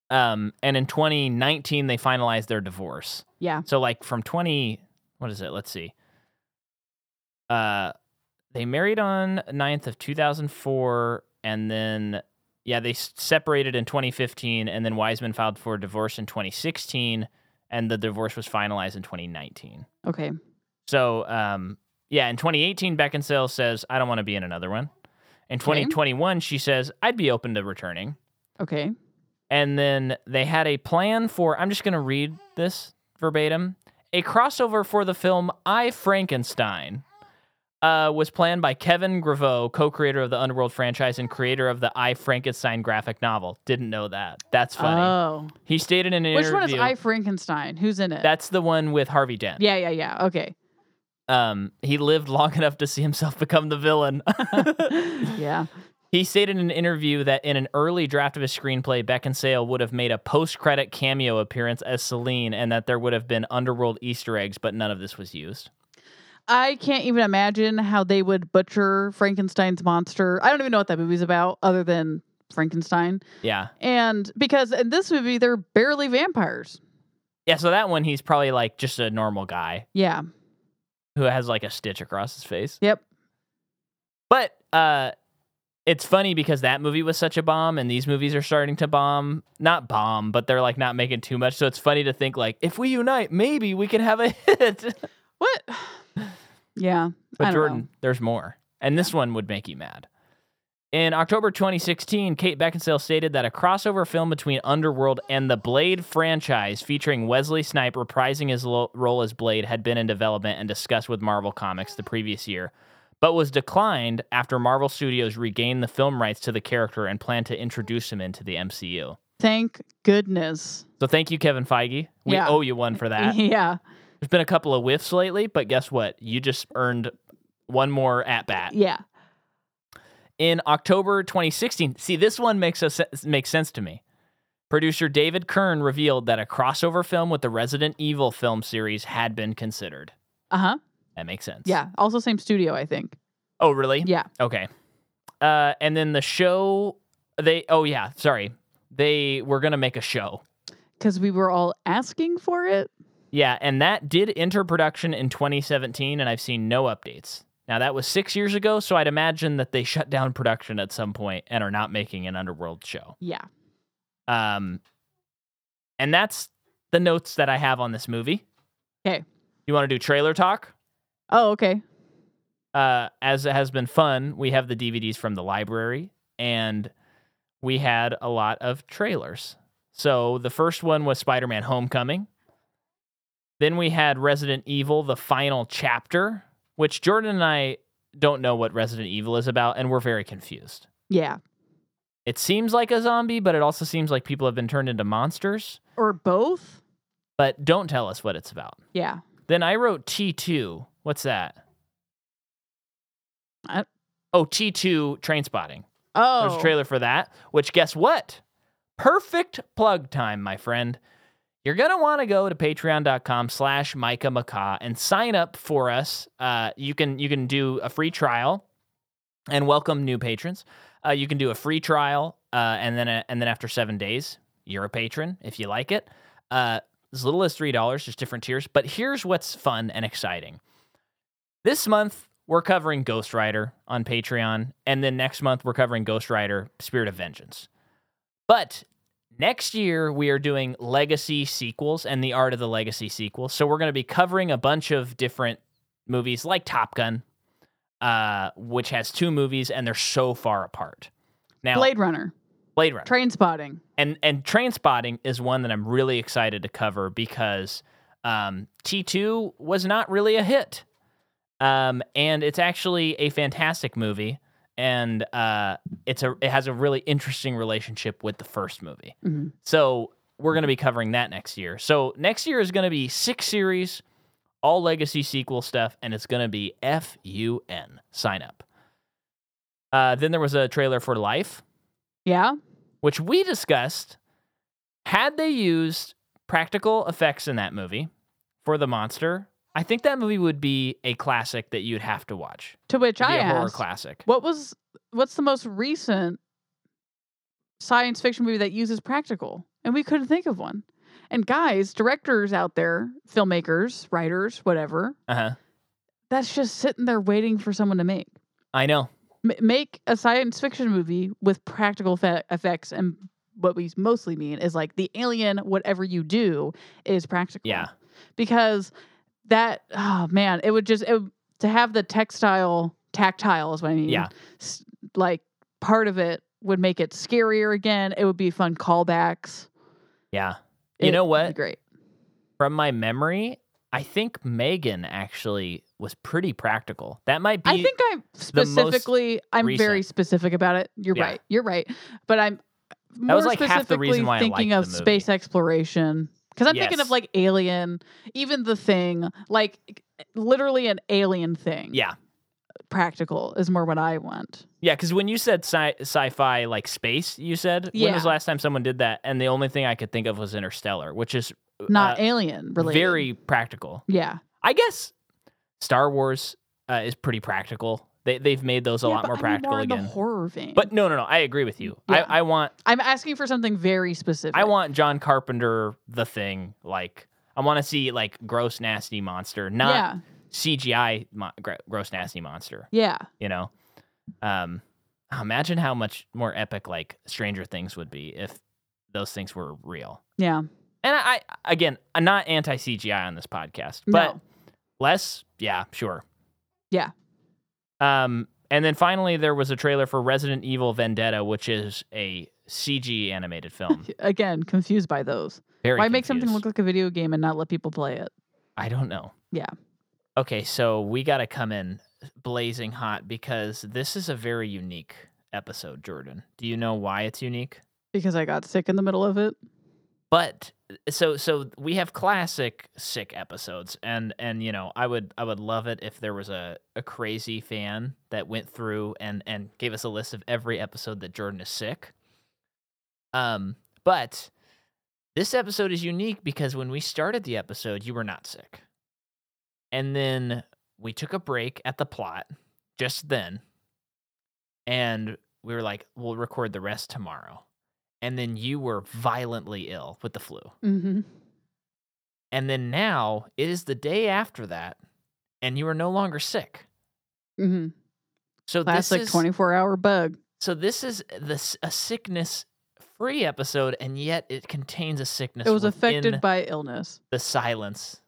[SPEAKER 1] Um, and in 2019, they finalized their divorce.
[SPEAKER 2] Yeah.
[SPEAKER 1] So like from 20 what is it? Let's see. Uh they married on 9th of 2004 and then yeah, they s- separated in 2015 and then Wiseman filed for divorce in 2016 and the divorce was finalized in 2019.
[SPEAKER 2] Okay.
[SPEAKER 1] So, um yeah, in 2018 Beckinsale says I don't want to be in another one. In 2021 she says I'd be open to returning.
[SPEAKER 2] Okay.
[SPEAKER 1] And then they had a plan for, I'm just going to read this verbatim. A crossover for the film I, Frankenstein, uh, was planned by Kevin Graveau, co creator of the Underworld franchise and creator of the I, Frankenstein graphic novel. Didn't know that. That's funny.
[SPEAKER 2] Oh.
[SPEAKER 1] he stated in an
[SPEAKER 2] Which
[SPEAKER 1] interview.
[SPEAKER 2] one is I Frankenstein? Who's in it?
[SPEAKER 1] That's the one with Harvey Dent.
[SPEAKER 2] yeah, yeah, yeah. Okay.
[SPEAKER 1] Um, he lived long [LAUGHS] enough to see himself become the
[SPEAKER 2] [LAUGHS]
[SPEAKER 1] villain. [LAUGHS]
[SPEAKER 2] yeah.
[SPEAKER 1] He stated in an interview that in an early draft of his screenplay, Beckinsale would have made a post-credit cameo appearance as Celine, and that there would have been underworld Easter eggs, but none of this was used.
[SPEAKER 2] I can't even imagine how they would butcher Frankenstein's monster. I don't even know what that movie's about other than Frankenstein.
[SPEAKER 1] Yeah,
[SPEAKER 2] And because in this movie, they're barely vampires.
[SPEAKER 1] yeah. So that one, he's probably like just a normal guy
[SPEAKER 2] Yeah.
[SPEAKER 1] who has like a stitch across his face.
[SPEAKER 2] Yep.
[SPEAKER 1] But uh, it's funny because that movie was such a bomb, and these movies are starting to bomb. Not bomb, but they're like not making too much. So it's funny to think like if we unite, maybe we could have a [LAUGHS] hit.
[SPEAKER 2] What? [SIGHS] Yeah.
[SPEAKER 1] But
[SPEAKER 2] I don't
[SPEAKER 1] Jordan,
[SPEAKER 2] know.
[SPEAKER 1] there's more. And this one would make you mad. In October 2016, Kate Beckinsale stated that a crossover film between Underworld and the Blade franchise featuring Wesley Snipe reprising his lo- role as Blade had been in development and discussed with Marvel Comics the previous year, but was declined after Marvel Studios regained the film rights to the character and planned to introduce him into the MCU.
[SPEAKER 2] Thank goodness.
[SPEAKER 1] So thank you, Kevin Feige. We
[SPEAKER 2] Yeah.
[SPEAKER 1] owe you one for that.
[SPEAKER 2] [LAUGHS] yeah.
[SPEAKER 1] There's been a couple of whiffs lately, but guess what? You just earned one more at bat
[SPEAKER 2] Yeah.
[SPEAKER 1] in October 2016. See, this one makes us makes sense to me. Producer David Kern revealed that a crossover film with the Resident Evil film series had been considered.
[SPEAKER 2] Uh huh.
[SPEAKER 1] That makes sense.
[SPEAKER 2] Yeah. Also, same studio, I think.
[SPEAKER 1] Oh, really?
[SPEAKER 2] Yeah.
[SPEAKER 1] Okay. Uh, and then the show, they. Oh, yeah. Sorry, they were gonna make a show.
[SPEAKER 2] because we were all asking for it.
[SPEAKER 1] Yeah, and that did enter production in 2017, and I've seen no updates. Now that was six years ago, so I'd imagine that they shut down production at some point and are not making an Underworld show.
[SPEAKER 2] Yeah.
[SPEAKER 1] Um, and that's the notes that I have on this movie.
[SPEAKER 2] 'Kay.
[SPEAKER 1] You want to do trailer talk?
[SPEAKER 2] Oh, okay.
[SPEAKER 1] uh, as it has been fun, we have the DVDs from the library and we had a lot of trailers. So the first one was Spider Man Homecoming. Then we had Resident Evil, the final chapter, which Jordan and I don't know what Resident Evil is about, and we're very confused.
[SPEAKER 2] Yeah.
[SPEAKER 1] It seems like a zombie, but it also seems like people have been turned into monsters.
[SPEAKER 2] Or both?
[SPEAKER 1] But don't tell us what it's about.
[SPEAKER 2] Yeah.
[SPEAKER 1] Then I wrote T2. What's that?
[SPEAKER 2] I-
[SPEAKER 1] oh, T2 train spotting.
[SPEAKER 2] Oh.
[SPEAKER 1] There's a trailer for that, which guess what? Perfect plug time, my friend. You're gonna want to go to patreon.com slash Micah Macaw and sign up for us. Uh, you can you can do a free trial and welcome new patrons. Uh, you can do a free trial uh, and then a, and then after seven days, you're a patron if you like it. Uh, as little as three dollars, just different tiers. But here's what's fun and exciting. This month, we're covering Ghost Rider on Patreon. And then next month, we're covering Ghost Rider Spirit of Vengeance. But next year, we are doing legacy sequels and the art of the legacy sequel. So we're going to be covering a bunch of different movies like Top Gun, uh, which has two movies and they're so far apart. Now, Blade,
[SPEAKER 2] Blade Runner.
[SPEAKER 1] Runner
[SPEAKER 2] Train spotting.
[SPEAKER 1] and and train spotting is one that I'm really excited to cover because um, T2 was not really a hit, um, and it's actually a fantastic movie, and uh, it's a it has a really interesting relationship with the first movie.
[SPEAKER 2] Mhm.
[SPEAKER 1] So we're going to be covering that next year. So next year is going to be six series, all legacy sequel stuff, and it's going to be F U N. Sign up. Uh, then there was a trailer for Life
[SPEAKER 2] Yeah.
[SPEAKER 1] which we discussed, had they used practical effects in that movie for the monster, I think that movie would be a classic that you'd have to watch.
[SPEAKER 2] To which
[SPEAKER 1] It'd
[SPEAKER 2] I
[SPEAKER 1] be a horror
[SPEAKER 2] asked,
[SPEAKER 1] classic.
[SPEAKER 2] what was what's the most recent science fiction movie that uses practical? And we couldn't think of one. And guys, directors out there, filmmakers, writers, whatever,
[SPEAKER 1] Uh-huh.
[SPEAKER 2] that's just sitting there waiting for someone to make.
[SPEAKER 1] I know.
[SPEAKER 2] M- make a science fiction movie with practical fe- effects and what we mostly mean is like the alien whatever you do is practical
[SPEAKER 1] Yeah.
[SPEAKER 2] because that oh man it would just it, would- to have the textile tactile is what i mean
[SPEAKER 1] Yeah.
[SPEAKER 2] s- like part of it would make it scarier again it would be fun callbacks
[SPEAKER 1] Yeah. You
[SPEAKER 2] It
[SPEAKER 1] know
[SPEAKER 2] would be
[SPEAKER 1] what?
[SPEAKER 2] great
[SPEAKER 1] From my memory, I think Megan actually was pretty practical. That might be
[SPEAKER 2] i think i'm
[SPEAKER 1] most
[SPEAKER 2] specifically i'm very
[SPEAKER 1] recent.
[SPEAKER 2] specific about it you're
[SPEAKER 1] Yeah.
[SPEAKER 2] right you're right but i'm more
[SPEAKER 1] was, like, half the
[SPEAKER 2] specifically
[SPEAKER 1] reason why I
[SPEAKER 2] thinking
[SPEAKER 1] liked the
[SPEAKER 2] of
[SPEAKER 1] movie.
[SPEAKER 2] space exploration because i'm thinking
[SPEAKER 1] Yes.
[SPEAKER 2] of like alien even the thing like literally an alien thing
[SPEAKER 1] Yeah.
[SPEAKER 2] practical is more what i want
[SPEAKER 1] Yeah, because when you said sci- sci-fi like space, you said when was
[SPEAKER 2] Yeah.
[SPEAKER 1] the last time someone did that? And the only thing I could think of was Interstellar, which is
[SPEAKER 2] not
[SPEAKER 1] uh,
[SPEAKER 2] alien related
[SPEAKER 1] very practical.
[SPEAKER 2] yeah
[SPEAKER 1] I guess Star Wars uh, is pretty practical. They they've made those a
[SPEAKER 2] Yeah,
[SPEAKER 1] lot
[SPEAKER 2] but
[SPEAKER 1] more
[SPEAKER 2] I mean
[SPEAKER 1] practical
[SPEAKER 2] more in
[SPEAKER 1] again.
[SPEAKER 2] the horror vein
[SPEAKER 1] but no, no, no. I agree with you.
[SPEAKER 2] Yeah.
[SPEAKER 1] I, I want
[SPEAKER 2] i'm asking for something very specific
[SPEAKER 1] I want John Carpenter the thing. Like I want to see like gross nasty monster, not
[SPEAKER 2] yeah
[SPEAKER 1] CGI mo- gr- gross nasty monster.
[SPEAKER 2] yeah
[SPEAKER 1] You know, um, imagine how much more epic like Stranger Things would be if those things were real.
[SPEAKER 2] yeah
[SPEAKER 1] And I, I again, I'm not anti CGI on this podcast, but
[SPEAKER 2] No.
[SPEAKER 1] less, yeah, sure.
[SPEAKER 2] Yeah.
[SPEAKER 1] Um, and then finally, there was a trailer for Resident Evil Vendetta, which is a CG animated
[SPEAKER 2] [LAUGHS]
[SPEAKER 1] film.
[SPEAKER 2] again confused by those
[SPEAKER 1] Very
[SPEAKER 2] why make something
[SPEAKER 1] confused.
[SPEAKER 2] look like a video game and not let people play it
[SPEAKER 1] I don't know.
[SPEAKER 2] Yeah.
[SPEAKER 1] Okay, so we got to come in blazing hot because this is a very unique episode, Jordan. Do you know why it's unique?
[SPEAKER 2] because i got sick in the middle of it
[SPEAKER 1] but so so we have classic sick episodes and and you know i would i would love it if there was a, a crazy fan that went through and and gave us a list of every episode that jordan is sick um but this episode is unique because when we started the episode you were not sick and then we took a break at the plot just then and we were like we'll record the rest tomorrow and then you were violently ill with the flu.
[SPEAKER 2] mm-hmm.
[SPEAKER 1] And then now it is the day after that, and you are no longer sick.
[SPEAKER 2] Mm-hmm.
[SPEAKER 1] So
[SPEAKER 2] Classic
[SPEAKER 1] this is
[SPEAKER 2] 24 hour bug.
[SPEAKER 1] so this is this a sickness free episode, and yet it contains a sickness.
[SPEAKER 2] It was
[SPEAKER 1] within
[SPEAKER 2] affected by illness.
[SPEAKER 1] the silence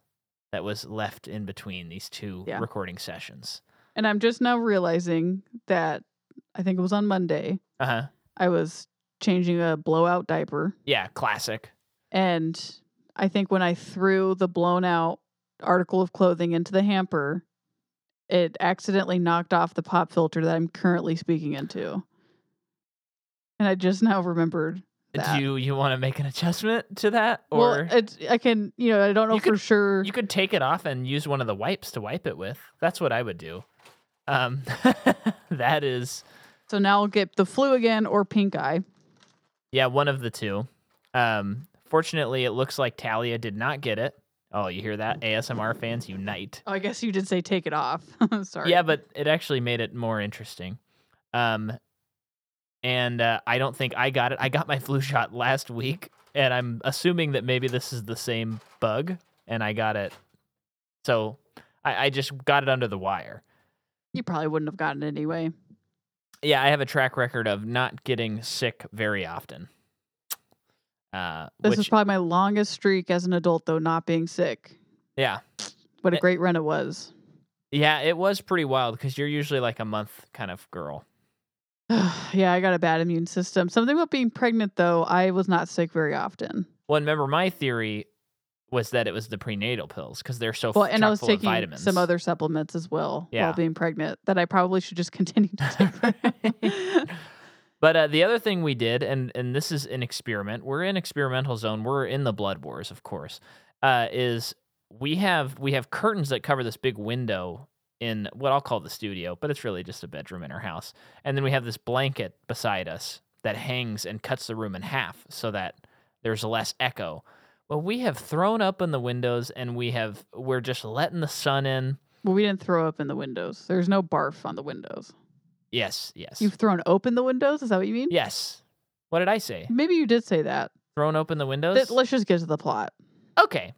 [SPEAKER 1] that was left in between these two
[SPEAKER 2] Yeah.
[SPEAKER 1] recording sessions.
[SPEAKER 2] And I'm just now realizing that I think it was on Monday.
[SPEAKER 1] Uh huh.
[SPEAKER 2] I was changing a blowout diaper.
[SPEAKER 1] Yeah, classic.
[SPEAKER 2] And I think when I threw the blown out article of clothing into the hamper, it accidentally knocked off the pop filter that I'm currently speaking into. And I just now remembered. That.
[SPEAKER 1] Do you, you want to make an adjustment to that, or
[SPEAKER 2] well, it, I can, you know, I don't know
[SPEAKER 1] You
[SPEAKER 2] for
[SPEAKER 1] could-
[SPEAKER 2] sure.
[SPEAKER 1] you could take it off and use one of the wipes to wipe it with? That's what I would do. Um, [LAUGHS] that is
[SPEAKER 2] So now I'll get the flu again or pink eye.
[SPEAKER 1] Yeah, one of the two. Um, fortunately, it looks like Talia did not get it. Oh, you hear that? ASMR fans unite.
[SPEAKER 2] Oh, I guess you did say take it off. [LAUGHS] Sorry.
[SPEAKER 1] Yeah, but it actually made it more interesting. Um, and uh, I don't think I got it. I got my flu shot last week, and I'm assuming that maybe this is the same bug, and I got it. So I, I just got it under the wire.
[SPEAKER 2] you probably wouldn't have gotten it anyway.
[SPEAKER 1] Yeah, I have a track record of not getting sick very often. Uh,
[SPEAKER 2] This
[SPEAKER 1] which,
[SPEAKER 2] is probably my longest streak as an adult, though, not being sick.
[SPEAKER 1] yeah.
[SPEAKER 2] What a
[SPEAKER 1] Eh.
[SPEAKER 2] great run it was.
[SPEAKER 1] Yeah, it was pretty wild because you're usually like a month kind of girl.
[SPEAKER 2] [SIGHS] yeah, I got a bad immune system. Something about being pregnant, though, I was not sick very often.
[SPEAKER 1] Well, and remember my theory was that it was the prenatal pills because they're so
[SPEAKER 2] Well,
[SPEAKER 1] f-
[SPEAKER 2] and I
[SPEAKER 1] chock
[SPEAKER 2] was
[SPEAKER 1] full of
[SPEAKER 2] taking
[SPEAKER 1] vitamins.
[SPEAKER 2] some other supplements as well
[SPEAKER 1] Yeah.
[SPEAKER 2] while being pregnant that I probably should just [LAUGHS] continue to take.
[SPEAKER 1] [LAUGHS]
[SPEAKER 2] [LAUGHS]
[SPEAKER 1] but uh, the other thing we did, and and this is an experiment. We're in experimental zone. We're in the blood wars, of course. Uh, is we have we have curtains that cover this big window in what I'll call the studio, but it's really just a bedroom in our house. And then we have this blanket beside us that hangs and cuts the room in half so that there's less echo. Well, we have thrown up in the windows, and we have we're just letting the sun in.
[SPEAKER 2] well, we didn't throw up in the windows. There's no barf on the windows.
[SPEAKER 1] Yes, yes,
[SPEAKER 2] You've thrown open the windows? Is that what you mean?
[SPEAKER 1] yes. What did I say?
[SPEAKER 2] Maybe you did say that.
[SPEAKER 1] Thrown open the windows.
[SPEAKER 2] Th- let's just get to the plot.
[SPEAKER 1] Okay.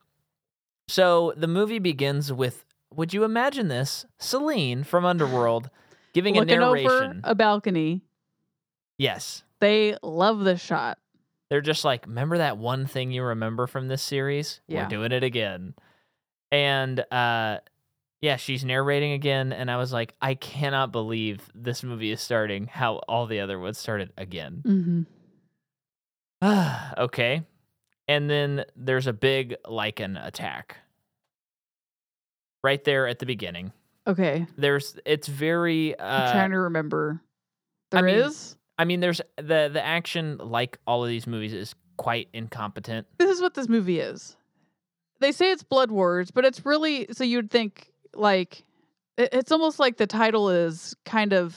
[SPEAKER 1] So the movie begins with would you imagine this? Celine from Underworld
[SPEAKER 2] [SIGHS]
[SPEAKER 1] giving
[SPEAKER 2] Looking
[SPEAKER 1] a
[SPEAKER 2] over
[SPEAKER 1] narration.
[SPEAKER 2] a balcony,
[SPEAKER 1] Yes.
[SPEAKER 2] they love this shot.
[SPEAKER 1] They're just like, remember that one thing you remember from this series?
[SPEAKER 2] Yeah.
[SPEAKER 1] We're doing it again. And uh yeah, she's narrating again and I was like, I cannot believe this movie is starting how all the other ones started again.
[SPEAKER 2] Mm-hmm.
[SPEAKER 1] [SIGHS]
[SPEAKER 2] Mm.
[SPEAKER 1] okay. And then there's a big lichen attack. Right there at the beginning.
[SPEAKER 2] Okay,
[SPEAKER 1] there's it's very
[SPEAKER 2] I'm
[SPEAKER 1] uh
[SPEAKER 2] trying to remember.
[SPEAKER 1] I
[SPEAKER 2] There is.
[SPEAKER 1] mean, i mean there's the the action like all of these movies is quite incompetent
[SPEAKER 2] This is what this movie is. They say it's Blood Wars, but it's really so you'd think like it, it's almost like the title is kind of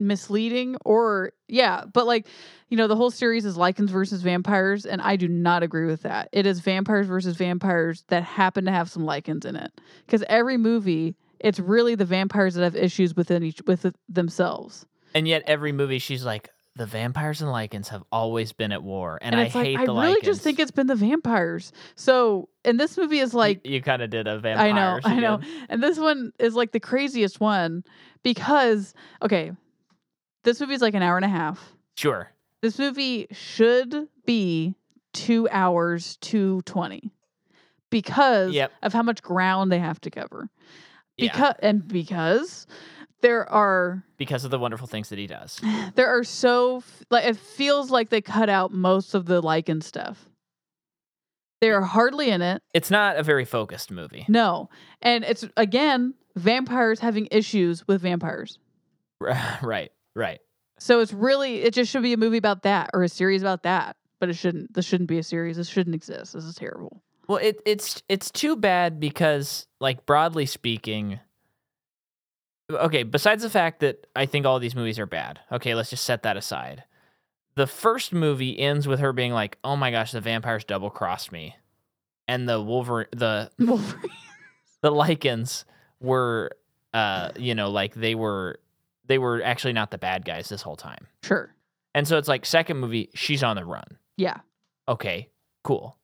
[SPEAKER 2] misleading or yeah, but like you know the whole series is lichens versus vampires and I do not agree with that. It is vampires versus vampires that happen to have some lichens in it because every movie it's really the vampires that have issues within each with themselves.
[SPEAKER 1] and yet every movie she's like the vampires and lichens have always been at war and, i
[SPEAKER 2] it's like,
[SPEAKER 1] hate
[SPEAKER 2] I
[SPEAKER 1] the
[SPEAKER 2] really
[SPEAKER 1] lichens
[SPEAKER 2] just think it's been the vampires. So, and this movie is like
[SPEAKER 1] you, kind of did a
[SPEAKER 2] I
[SPEAKER 1] vampire
[SPEAKER 2] know, I know. And this one is like the craziest one because okay, this movie is like an hour and a half.
[SPEAKER 1] sure
[SPEAKER 2] This movie should be two hours two twenty because
[SPEAKER 1] Yep.
[SPEAKER 2] of how much ground they have to cover.
[SPEAKER 1] Yeah.
[SPEAKER 2] Because and because there are
[SPEAKER 1] because of the wonderful things that he does
[SPEAKER 2] there are so f- like it feels like they cut out most of the lichen stuff. They are hardly in it.
[SPEAKER 1] it's not a very focused movie [LAUGHS]
[SPEAKER 2] No. And it's again vampires having issues with vampires.
[SPEAKER 1] right right
[SPEAKER 2] So it's really it just should be a movie about that or a series about that. But it shouldn't this shouldn't be a series. This shouldn't exist. This is terrible.
[SPEAKER 1] Well, it, it's it's too bad because, like, broadly speaking, okay. Besides the fact that I think all these movies are bad, okay, let's just set that aside. The first movie ends with her being like, "Oh my gosh, the vampires double crossed me," and the [LAUGHS] Wolverine, the
[SPEAKER 2] Wolverine.
[SPEAKER 1] the lichens were, uh, you know, like they were they were actually not the bad guys this whole time.
[SPEAKER 2] sure.
[SPEAKER 1] And so it's like second movie, she's on the run
[SPEAKER 2] Yeah.
[SPEAKER 1] okay, cool.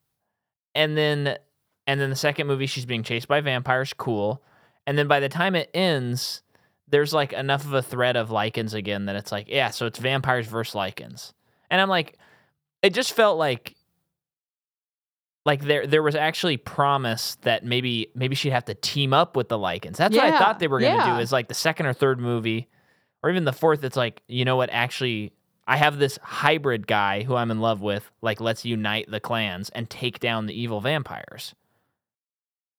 [SPEAKER 1] And then and then the second movie she's being chased by vampires, cool. And then by the time it ends, there's like enough of a thread of lichens again that it's like, yeah, so it's vampires versus lichens. And I'm like it just felt like like there there was actually promise that maybe maybe she'd have to team up with the Lycans. That's what I
[SPEAKER 2] Yeah,
[SPEAKER 1] thought they were gonna
[SPEAKER 2] yeah.
[SPEAKER 1] do is like the second or third movie, or even the fourth. It's like you know what? Actually, I have this hybrid guy who I'm in love with. Like, let's unite the clans and take down the evil vampires.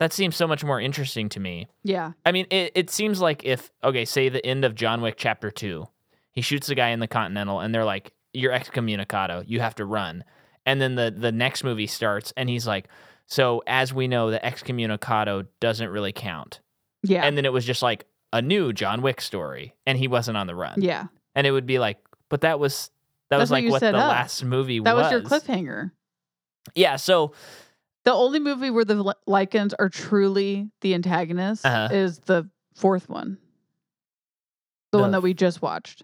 [SPEAKER 1] That seems so much more interesting to me.
[SPEAKER 2] Yeah.
[SPEAKER 1] I mean, it, it seems like if okay, say the end of John Wick Chapter Two, he shoots the guy in the Continental, and they're like, "You're excommunicado. You have to run." And then the the next movie starts, and he's like, "So as we know, the excommunicado doesn't really count."
[SPEAKER 2] Yeah.
[SPEAKER 1] And then it was just like a new John Wick story, and he wasn't on the run.
[SPEAKER 2] yeah.
[SPEAKER 1] And it would be like, but that was that
[SPEAKER 2] That's
[SPEAKER 1] was
[SPEAKER 2] what
[SPEAKER 1] like
[SPEAKER 2] you
[SPEAKER 1] what the
[SPEAKER 2] set up.
[SPEAKER 1] last movie
[SPEAKER 2] That
[SPEAKER 1] was.
[SPEAKER 2] was your cliffhanger.
[SPEAKER 1] Yeah. So
[SPEAKER 2] The only movie where the Ly- Lycans are truly the antagonists
[SPEAKER 1] Uh-huh.
[SPEAKER 2] is the fourth one. The
[SPEAKER 1] The
[SPEAKER 2] one that we just watched.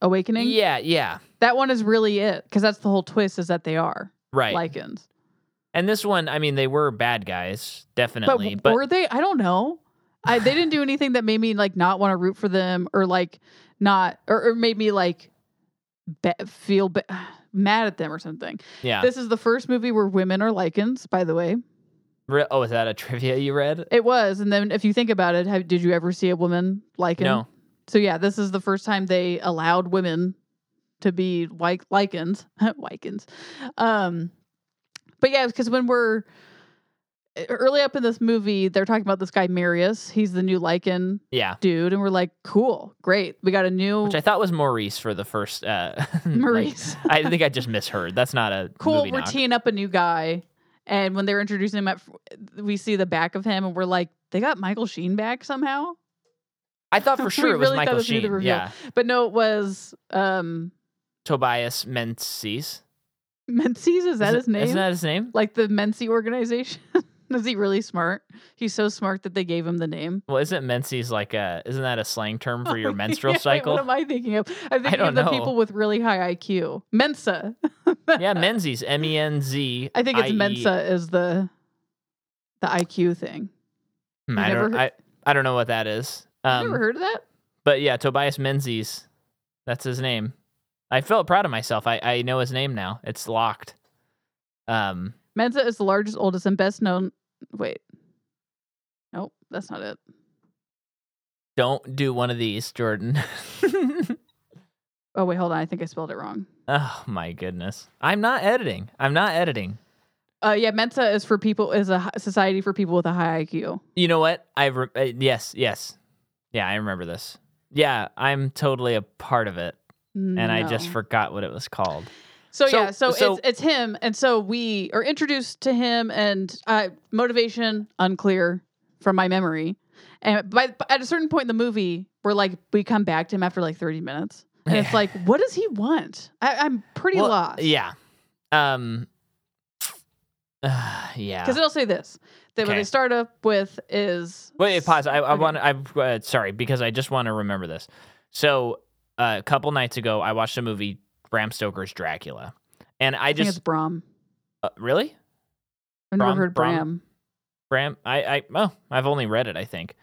[SPEAKER 2] Awakening.
[SPEAKER 1] yeah, yeah,
[SPEAKER 2] That one is really it because that's the whole twist is that they are
[SPEAKER 1] right.
[SPEAKER 2] Lycans.
[SPEAKER 1] and this one, I mean, they were bad guys, definitely.
[SPEAKER 2] but,
[SPEAKER 1] But,
[SPEAKER 2] were they? I don't know. I,
[SPEAKER 1] [LAUGHS]
[SPEAKER 2] they didn't do anything that made me like not want to root for them or like not or, or made me like be- feel be- [SIGHS] mad at them or something.
[SPEAKER 1] yeah.
[SPEAKER 2] This is the first movie where women are lichens, by the way.
[SPEAKER 1] Re- oh, is that a trivia you read?
[SPEAKER 2] It was, and then if you think about it, have, did you ever see a woman lichen?
[SPEAKER 1] No.
[SPEAKER 2] So yeah, this is the first time they allowed women to be like lichens, [LAUGHS] lichens. Um, but yeah, because when we're eh, early up in this movie, they're talking about this guy Marius. He's the new lichen
[SPEAKER 1] Yeah.
[SPEAKER 2] dude, and we're like, cool, great, we got a new
[SPEAKER 1] Which I thought was Maurice for the first. Uh, [LAUGHS] like,
[SPEAKER 2] Oh. Maurice.
[SPEAKER 1] I think I just misheard. That's not a
[SPEAKER 2] cool
[SPEAKER 1] Movie
[SPEAKER 2] we're
[SPEAKER 1] knock.
[SPEAKER 2] teeing up a new guy and when they're introducing him at, we see the back of him and we're like they got michael sheen back somehow
[SPEAKER 1] I
[SPEAKER 2] [LAUGHS]
[SPEAKER 1] thought for
[SPEAKER 2] We
[SPEAKER 1] sure it was
[SPEAKER 2] really thought
[SPEAKER 1] Michael
[SPEAKER 2] this would be the
[SPEAKER 1] Sheen.
[SPEAKER 2] reveal.
[SPEAKER 1] Yeah,
[SPEAKER 2] but no it was um [LAUGHS]
[SPEAKER 1] Tobias Menzies.
[SPEAKER 2] menzies is that
[SPEAKER 1] Isn't-
[SPEAKER 2] his name
[SPEAKER 1] Isn't that his name?
[SPEAKER 2] like the menzies organization [LAUGHS] is he really smart he's so smart that they gave him the name [LAUGHS]
[SPEAKER 1] Well, isn't Menzies like a? Isn't that a slang term for your
[SPEAKER 2] Oh,
[SPEAKER 1] menstrual
[SPEAKER 2] yeah,
[SPEAKER 1] cycle?
[SPEAKER 2] what am i thinking of i'm thinking
[SPEAKER 1] don't
[SPEAKER 2] of the
[SPEAKER 1] know.
[SPEAKER 2] people with really high iq mensa
[SPEAKER 1] yeah, Menzies. M E N Z.
[SPEAKER 2] i think it's
[SPEAKER 1] I E-
[SPEAKER 2] mensa is the the iq thing
[SPEAKER 1] Hmm,
[SPEAKER 2] You've
[SPEAKER 1] I
[SPEAKER 2] never
[SPEAKER 1] don't. I,
[SPEAKER 2] heard-
[SPEAKER 1] I don't know what that is.
[SPEAKER 2] Have you ever
[SPEAKER 1] Um,
[SPEAKER 2] heard of that
[SPEAKER 1] but yeah, Tobias Menzies. That's his name. I felt proud of myself. I, I know his name now. It's locked. Um,
[SPEAKER 2] Mensa is the largest, oldest, and best known. Wait. Nope, that's not it.
[SPEAKER 1] don't do one of these, Jordan. [LAUGHS]
[SPEAKER 2] Oh, wait, hold on. I think I spelled it wrong.
[SPEAKER 1] oh my goodness. I'm not editing. I'm not editing.
[SPEAKER 2] Uh, yeah, Mensa is for people, is a hi- society for people with a high IQ.
[SPEAKER 1] You know what? I re- uh, yes, yes. Yeah, I remember this. Yeah, I'm totally a part of it and I just
[SPEAKER 2] No.
[SPEAKER 1] forgot what it was called.
[SPEAKER 2] So,
[SPEAKER 1] So-
[SPEAKER 2] yeah, so,
[SPEAKER 1] so-
[SPEAKER 2] it's, it's him. And so we are introduced to him and uh, motivation unclear from my memory. And by, but at a certain point in the movie, we're like, we come back to him after like 30 minutes. And
[SPEAKER 1] [LAUGHS]
[SPEAKER 2] it's like, what does he want? I, I'm pretty
[SPEAKER 1] Well,
[SPEAKER 2] lost.
[SPEAKER 1] Yeah. Um [SIGHS] uh, yeah.
[SPEAKER 2] Because it'll say this that what
[SPEAKER 1] Okay.
[SPEAKER 2] they start up with is.
[SPEAKER 1] Wait, pause. I, I
[SPEAKER 2] Okay.
[SPEAKER 1] want. I'm uh, sorry because I just want to remember this. So, uh, a couple nights ago, I watched a movie, Bram Stoker's Dracula, and I
[SPEAKER 2] I think it's
[SPEAKER 1] just
[SPEAKER 2] Brom.
[SPEAKER 1] uh, really
[SPEAKER 2] I've
[SPEAKER 1] Brom-
[SPEAKER 2] never heard
[SPEAKER 1] Brom?
[SPEAKER 2] Bram.
[SPEAKER 1] Bram. I I oh, I've only read it. I think.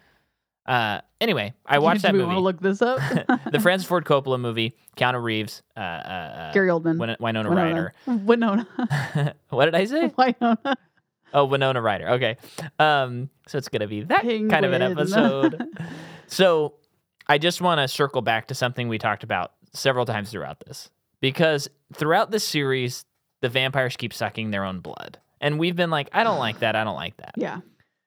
[SPEAKER 1] Uh, anyway, I
[SPEAKER 2] Do-
[SPEAKER 1] watched
[SPEAKER 2] do
[SPEAKER 1] that
[SPEAKER 2] we Want to
[SPEAKER 1] movie,
[SPEAKER 2] look this up?
[SPEAKER 1] [LAUGHS] the Francis Ford Coppola movie, Keanu Reeves, uh, uh, uh
[SPEAKER 2] [LAUGHS] Gary Oldman.
[SPEAKER 1] Win- Winona
[SPEAKER 2] Winona. [LAUGHS]
[SPEAKER 1] Ryder. Eh.
[SPEAKER 2] Winona.
[SPEAKER 1] [LAUGHS] what did I say?
[SPEAKER 2] [LAUGHS] Winona.
[SPEAKER 1] Oh, Winona Ryder. Okay. Um, so it's gonna be that kind of an
[SPEAKER 2] Penguin.
[SPEAKER 1] episode. so I just want to circle back to something we talked about several times throughout this. Because throughout this series, the vampires keep sucking their own blood. And we've been like, I don't like that, I don't like that.
[SPEAKER 2] Yeah.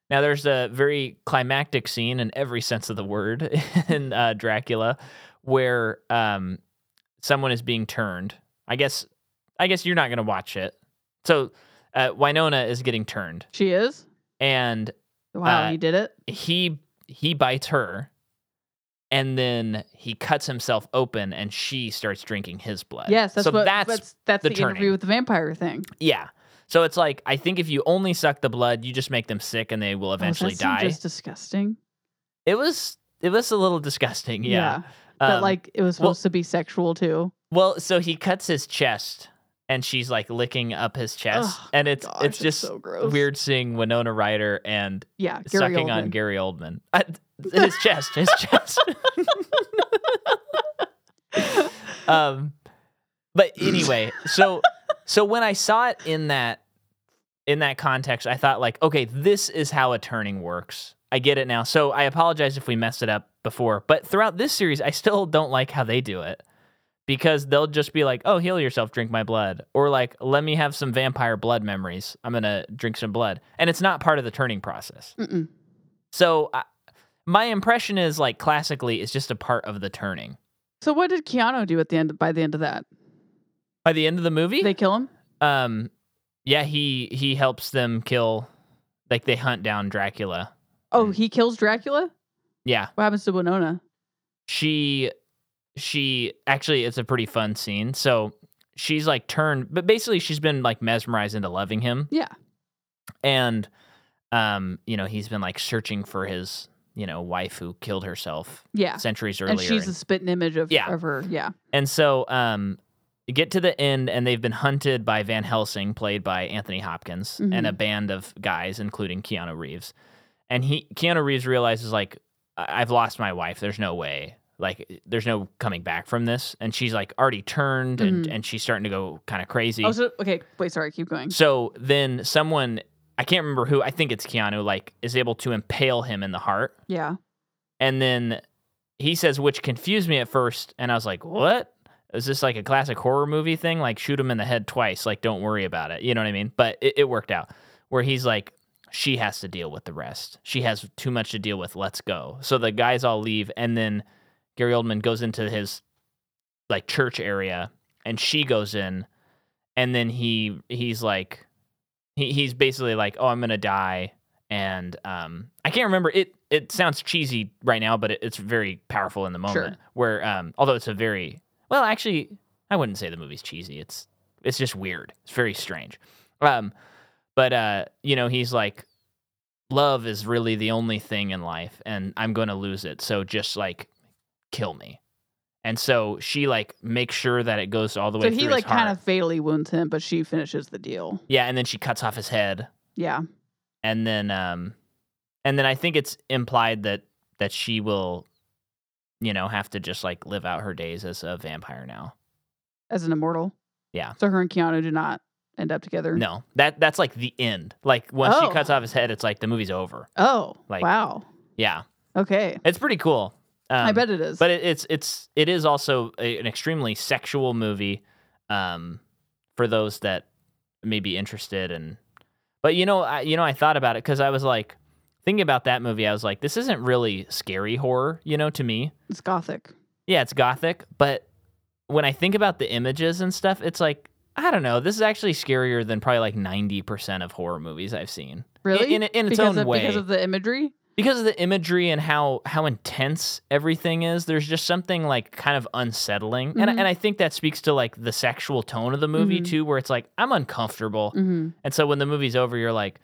[SPEAKER 1] Now there's a very climactic scene in every sense of the word [LAUGHS] in uh, Dracula where um someone is being turned. I guess I guess you're not gonna watch it. So uh, Winona is getting turned
[SPEAKER 2] She is.
[SPEAKER 1] and
[SPEAKER 2] Wow,
[SPEAKER 1] Uh,
[SPEAKER 2] you did it.
[SPEAKER 1] he he bites her and then he cuts himself open and she starts drinking his blood
[SPEAKER 2] Yes, that's
[SPEAKER 1] so
[SPEAKER 2] what
[SPEAKER 1] that's,
[SPEAKER 2] that's that's
[SPEAKER 1] the
[SPEAKER 2] the,
[SPEAKER 1] turning.
[SPEAKER 2] interview with the vampire thing.
[SPEAKER 1] yeah so it's like i think if you only suck the blood you just make them sick and they will
[SPEAKER 2] Oh,
[SPEAKER 1] eventually
[SPEAKER 2] that seemed
[SPEAKER 1] die
[SPEAKER 2] Just disgusting.
[SPEAKER 1] it was it was a little disgusting yeah,
[SPEAKER 2] But
[SPEAKER 1] Um,
[SPEAKER 2] like it was
[SPEAKER 1] well-
[SPEAKER 2] supposed to be sexual too.
[SPEAKER 1] well so he cuts his chest and she's like licking up his chest
[SPEAKER 2] Ugh,
[SPEAKER 1] and it's
[SPEAKER 2] Gosh,
[SPEAKER 1] it's just
[SPEAKER 2] so gross.
[SPEAKER 1] weird seeing winona ryder and
[SPEAKER 2] Yeah, Gary
[SPEAKER 1] sucking on
[SPEAKER 2] Oldman.
[SPEAKER 1] Gary Oldman. [LAUGHS] Uh, his chest, his
[SPEAKER 2] [LAUGHS]
[SPEAKER 1] chest. um, but anyway, so so when I saw it in that in that context, I thought like, okay, this is how a turning works. I get it now. So I apologize if we messed it up before, but throughout this series, I still don't like how they do it because they'll just be like, "Oh, heal yourself, drink my blood," or like, "Let me have some vampire blood memories. I'm gonna drink some blood," and it's not part of the turning process.
[SPEAKER 2] Mm-mm.
[SPEAKER 1] So I, my impression is like classically, it's just a part of the turning.
[SPEAKER 2] So what did Keanu do at the end? By the end of that,
[SPEAKER 1] By the end of the movie,
[SPEAKER 2] they kill him.
[SPEAKER 1] um, yeah, he he helps them kill, like they hunt down Dracula. Mm.
[SPEAKER 2] Oh, he kills Dracula.
[SPEAKER 1] Yeah,
[SPEAKER 2] What happens to Winona?
[SPEAKER 1] she she actually it's a pretty fun scene so she's like turned but basically she's been like mesmerized into loving him
[SPEAKER 2] Yeah.
[SPEAKER 1] and um you know he's been like searching for his you know wife who killed herself
[SPEAKER 2] Yeah.
[SPEAKER 1] centuries earlier
[SPEAKER 2] And she's a
[SPEAKER 1] and,
[SPEAKER 2] spitting image of,
[SPEAKER 1] Yeah.
[SPEAKER 2] of her. Yeah.
[SPEAKER 1] and so um you get to the end and they've been hunted by van helsing played by anthony hopkins
[SPEAKER 2] Mm-hmm.
[SPEAKER 1] and a band of guys including keanu reeves and he keanu reeves realizes like I- I've lost my wife. There's no way. Like, there's no coming back from this. And she's like already turned and, and she's starting to go kind of crazy.
[SPEAKER 2] Mm-hmm. Oh, so, okay. Wait, sorry. Keep going.
[SPEAKER 1] so then someone, I can't remember who, I think it's Keanu, like is able to impale him in the heart.
[SPEAKER 2] Yeah.
[SPEAKER 1] And then he says, which confused me at first. And I was like, what? Is this like a classic horror movie thing? Like, shoot him in the head twice. Like, don't worry about it. You know what I mean? But it, it worked out where he's like, she has to deal with the rest. She has too much to deal with. Let's go. So the guys all leave. And then Gary Oldman goes into his like church area and she goes in. And then he, he's like, he, he's basically like, oh, I'm going to die and um, I can't remember it. It sounds cheesy right now, but it, it's very powerful in the moment.
[SPEAKER 2] Sure.
[SPEAKER 1] Where, um, although it's a very well, actually, I wouldn't say the movie's cheesy. It's it's just weird. It's very strange. Um, but uh, you know, he's like, love is really the only thing in life, and I'm going to lose it. So just like, kill me. And so she like makes sure that it goes all the way.
[SPEAKER 2] So he
[SPEAKER 1] through
[SPEAKER 2] like
[SPEAKER 1] his heart.
[SPEAKER 2] kind of fatally wounds him, but she finishes the deal.
[SPEAKER 1] yeah, and then she cuts off his head.
[SPEAKER 2] Yeah.
[SPEAKER 1] and then um and then I think it's implied that that she will you know have to just like live out her days as a vampire now.
[SPEAKER 2] As an immortal.
[SPEAKER 1] Yeah.
[SPEAKER 2] So her and Keanu do not end up together.
[SPEAKER 1] No. That that's like the end. Like once
[SPEAKER 2] Oh.
[SPEAKER 1] she cuts off his head it's like the movie's over.
[SPEAKER 2] Oh.
[SPEAKER 1] Like-
[SPEAKER 2] wow.
[SPEAKER 1] Yeah.
[SPEAKER 2] Okay.
[SPEAKER 1] It's pretty cool. Um,
[SPEAKER 2] I bet it is.
[SPEAKER 1] but it, it's it's it is also a, an extremely sexual movie um for those that may be interested and but you know I, you know I thought about it cuz I was like thinking about that movie I was like this isn't really scary horror, you know, to me.
[SPEAKER 2] it's gothic.
[SPEAKER 1] Yeah, it's gothic, but when I think about the images and stuff, it's like I don't know. This is actually scarier than probably like ninety percent of horror movies I've seen.
[SPEAKER 2] Really?
[SPEAKER 1] in, in, in its
[SPEAKER 2] because
[SPEAKER 1] own
[SPEAKER 2] of,
[SPEAKER 1] way,
[SPEAKER 2] Because of the imagery?
[SPEAKER 1] the imagery and how how intense everything is. There's just something like kind of unsettling, and I-
[SPEAKER 2] Mhm.
[SPEAKER 1] and I think that speaks to like the sexual tone of the movie
[SPEAKER 2] Mhm.
[SPEAKER 1] too, where it's like I'm uncomfortable,
[SPEAKER 2] Mm-hmm.
[SPEAKER 1] and so when the movie's over, you're like,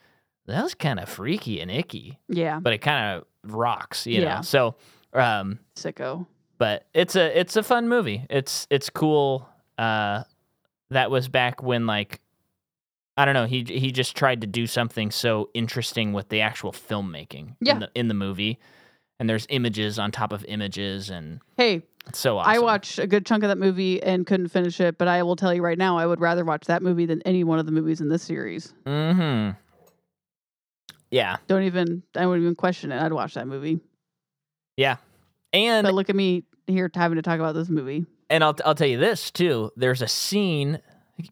[SPEAKER 1] that was kind of freaky and icky,
[SPEAKER 2] Yeah.
[SPEAKER 1] but it kind of rocks, you
[SPEAKER 2] Yeah.
[SPEAKER 1] know. So, um,
[SPEAKER 2] Sicko.
[SPEAKER 1] but it's a it's a fun movie. It's it's cool. Uh, that was back when like I don't know. He he just tried to do something so interesting with the actual filmmaking
[SPEAKER 2] Yeah.
[SPEAKER 1] in the in the movie, and there's images on top of images, and
[SPEAKER 2] Hey,
[SPEAKER 1] it's so awesome.
[SPEAKER 2] I watched a good chunk of that movie and couldn't finish it, but I will tell you right now, I would rather watch that movie than any one of the movies in this series.
[SPEAKER 1] hmm Yeah,
[SPEAKER 2] Don't even, I wouldn't even question it. I'd watch that movie.
[SPEAKER 1] and
[SPEAKER 2] But look at me here having to talk about this movie.
[SPEAKER 1] and I'll I'll tell you this too. There's a scene.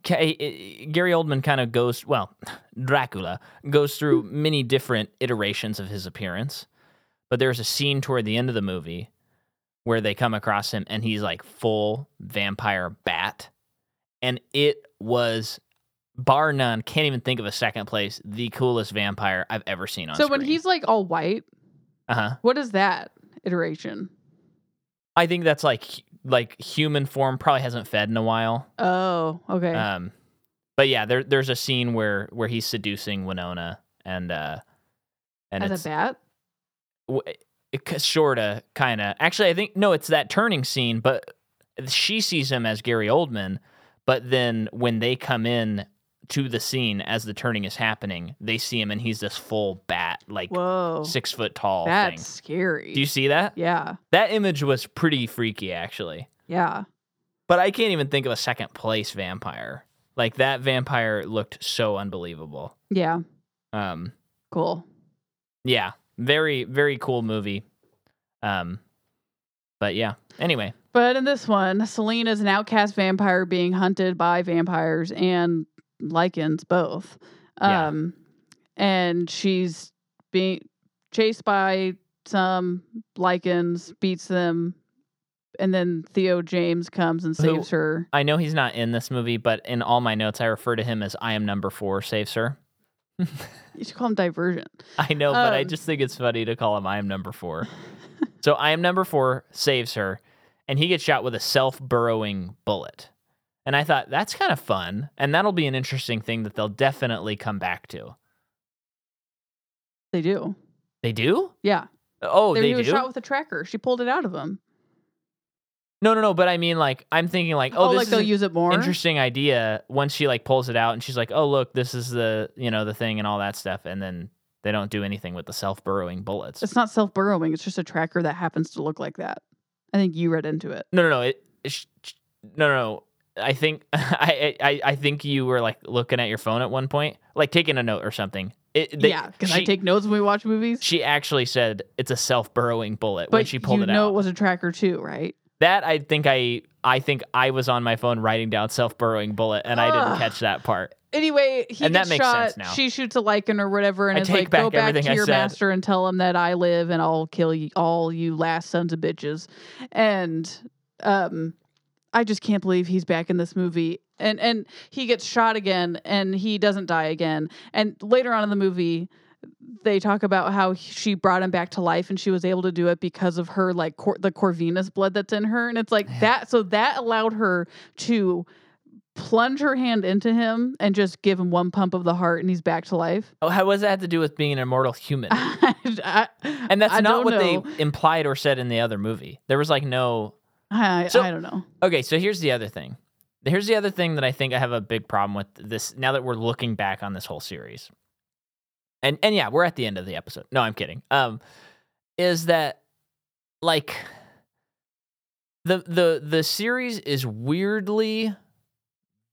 [SPEAKER 1] K- eh, Gary Oldman kind of goes well, [LAUGHS] Dracula goes through many different iterations of his appearance, but there's a scene toward the end of the movie where they come across him and he's like full vampire bat, and it was bar none. Can't even think of a second place. The coolest vampire I've ever seen on.
[SPEAKER 2] So when he's like all white,
[SPEAKER 1] uh huh,
[SPEAKER 2] what is that iteration?
[SPEAKER 1] I think that's like hu- like human form. Probably hasn't fed in a while.
[SPEAKER 2] Oh, okay.
[SPEAKER 1] Um, but yeah, there there's a scene where where he's seducing Winona and uh, and
[SPEAKER 2] As
[SPEAKER 1] it's
[SPEAKER 2] a bat?
[SPEAKER 1] w- it, sorta kind of actually I think no, it's that turning scene, but she sees him as Gary Oldman, but then when they come in to the scene as the turning is happening, they see him and he's this full bat, like
[SPEAKER 2] Whoa.
[SPEAKER 1] six foot tall
[SPEAKER 2] That's
[SPEAKER 1] thing.
[SPEAKER 2] scary.
[SPEAKER 1] Do you see that?
[SPEAKER 2] yeah.
[SPEAKER 1] That image was pretty freaky actually.
[SPEAKER 2] Yeah.
[SPEAKER 1] But I can't even think of a second place vampire. Like that vampire looked so unbelievable.
[SPEAKER 2] Yeah.
[SPEAKER 1] Um,
[SPEAKER 2] Cool.
[SPEAKER 1] yeah, very very cool movie. Um, but yeah. Anyway,
[SPEAKER 2] But in this one, Selene is an outcast vampire being hunted by vampires and lichens both.
[SPEAKER 1] Yeah.
[SPEAKER 2] Um and she's being chased by some lichens, beats them, and then Theo James comes and
[SPEAKER 1] Who-
[SPEAKER 2] saves her.
[SPEAKER 1] I know he's not in this movie, but in all my notes, I refer to him as I am number four. Save sir. [LAUGHS]
[SPEAKER 2] You should call him Divergent.
[SPEAKER 1] I know, but I
[SPEAKER 2] Um,
[SPEAKER 1] just think it's funny to call him I am number four. so I am number four saves her, and he gets shot with a self burrowing bullet. And I thought that's kind of fun, and that'll be an interesting thing that they'll definitely come back to.
[SPEAKER 2] They do.
[SPEAKER 1] They do?
[SPEAKER 2] Yeah.
[SPEAKER 1] Oh,
[SPEAKER 2] there
[SPEAKER 1] they
[SPEAKER 2] he was
[SPEAKER 1] do.
[SPEAKER 2] shot with a tracker. She pulled it out of him.
[SPEAKER 1] no, no, no. But I mean, like, I'm thinking, like, oh,
[SPEAKER 2] oh
[SPEAKER 1] this
[SPEAKER 2] like
[SPEAKER 1] is
[SPEAKER 2] they'll
[SPEAKER 1] an
[SPEAKER 2] use it more.
[SPEAKER 1] interesting idea. Once she like pulls it out, and she's like, oh, look, this is the you know the thing and all that stuff, and then they don't do anything with the self burrowing bullets.
[SPEAKER 2] It's not self burrowing. It's just a tracker that happens to look like that. I think you read into it.
[SPEAKER 1] No, no, no. It, it sh- sh- no, no, no. I think [LAUGHS] I, I, I- I think you were like looking at your phone at one point, like taking a note or something. It, they-
[SPEAKER 2] yeah, because I
[SPEAKER 1] she-
[SPEAKER 2] take notes when we watch movies.
[SPEAKER 1] She actually said it's a self burrowing bullet when
[SPEAKER 2] but
[SPEAKER 1] she pulled
[SPEAKER 2] you
[SPEAKER 1] it
[SPEAKER 2] know
[SPEAKER 1] out.
[SPEAKER 2] it was a tracker too, right?
[SPEAKER 1] that I think I, I think I was on my phone writing down self burrowing bullet, and I didn't
[SPEAKER 2] Ugh.
[SPEAKER 1] catch that part.
[SPEAKER 2] Anyway, he
[SPEAKER 1] And that
[SPEAKER 2] gets
[SPEAKER 1] makes
[SPEAKER 2] shot.
[SPEAKER 1] sense now.
[SPEAKER 2] She shoots a lichen or whatever, and
[SPEAKER 1] I
[SPEAKER 2] is
[SPEAKER 1] take
[SPEAKER 2] like, "Go
[SPEAKER 1] back
[SPEAKER 2] back
[SPEAKER 1] everything
[SPEAKER 2] to
[SPEAKER 1] I
[SPEAKER 2] your
[SPEAKER 1] said."
[SPEAKER 2] master and tell him that I live, and I'll kill you, all you last sons of bitches." And um, I just can't believe he's back in this movie. And and he gets shot again, and he doesn't die again. And later on in the movie, they talk about how he- she brought him back to life and she was able to do it because of her like cor- the corvinus blood that's in her and it's like
[SPEAKER 1] Yeah.
[SPEAKER 2] that so that allowed her to plunge her hand into him and just give him one pump of the heart and he's back to life
[SPEAKER 1] Oh, how what does that have to do with being an immortal
[SPEAKER 2] [SIGHS]
[SPEAKER 1] human?
[SPEAKER 2] I- [LAUGHS]
[SPEAKER 1] And that's
[SPEAKER 2] I
[SPEAKER 1] not
[SPEAKER 2] don't
[SPEAKER 1] what
[SPEAKER 2] know.
[SPEAKER 1] they implied or said in the other movie. There was like no
[SPEAKER 2] I,
[SPEAKER 1] So-
[SPEAKER 2] I don't know
[SPEAKER 1] Okay, so here's the other thing. Here's the other thing that I think I have a big problem with this now that we're looking back on this whole series. And and yeah, we're at the end of the episode. No, I'm kidding. Um is that like the the the series is weirdly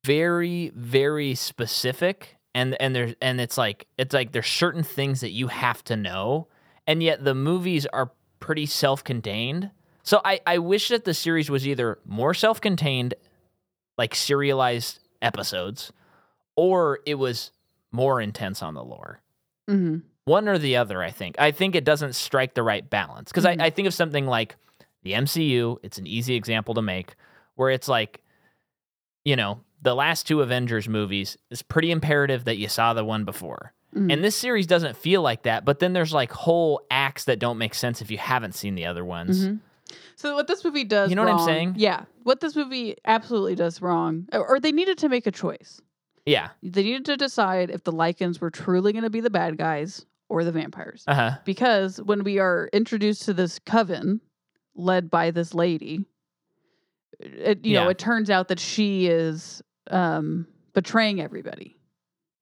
[SPEAKER 1] very very specific and and there's and it's like it's like there's certain things that you have to know and yet the movies are pretty self-contained so I, I wish that the series was either more self contained, like serialized episodes, or it was more intense on the lore.
[SPEAKER 2] hmm
[SPEAKER 1] One or the other, I think. I think it doesn't strike the right balance. Because
[SPEAKER 2] Mhm.
[SPEAKER 1] I, I think of something like the MCU, it's an easy example to make, where it's like, you know, the last two Avengers movies, it's pretty imperative that you saw the one before.
[SPEAKER 2] Mhm.
[SPEAKER 1] And this series doesn't feel like that, but then there's like whole acts that don't make sense if you haven't seen the other ones.
[SPEAKER 2] Mhm. So what this movie does,
[SPEAKER 1] You know what I'm
[SPEAKER 2] wrong-
[SPEAKER 1] saying?
[SPEAKER 2] Yeah, what this movie absolutely does wrong, or, or they needed to make a choice.
[SPEAKER 1] Yeah.
[SPEAKER 2] They needed to decide if the Lycans were truly going to be the bad guys or the vampires,
[SPEAKER 1] Uh huh.
[SPEAKER 2] because when we are introduced to this coven led by this lady, it you know
[SPEAKER 1] Yeah.
[SPEAKER 2] it turns out that she is um, betraying everybody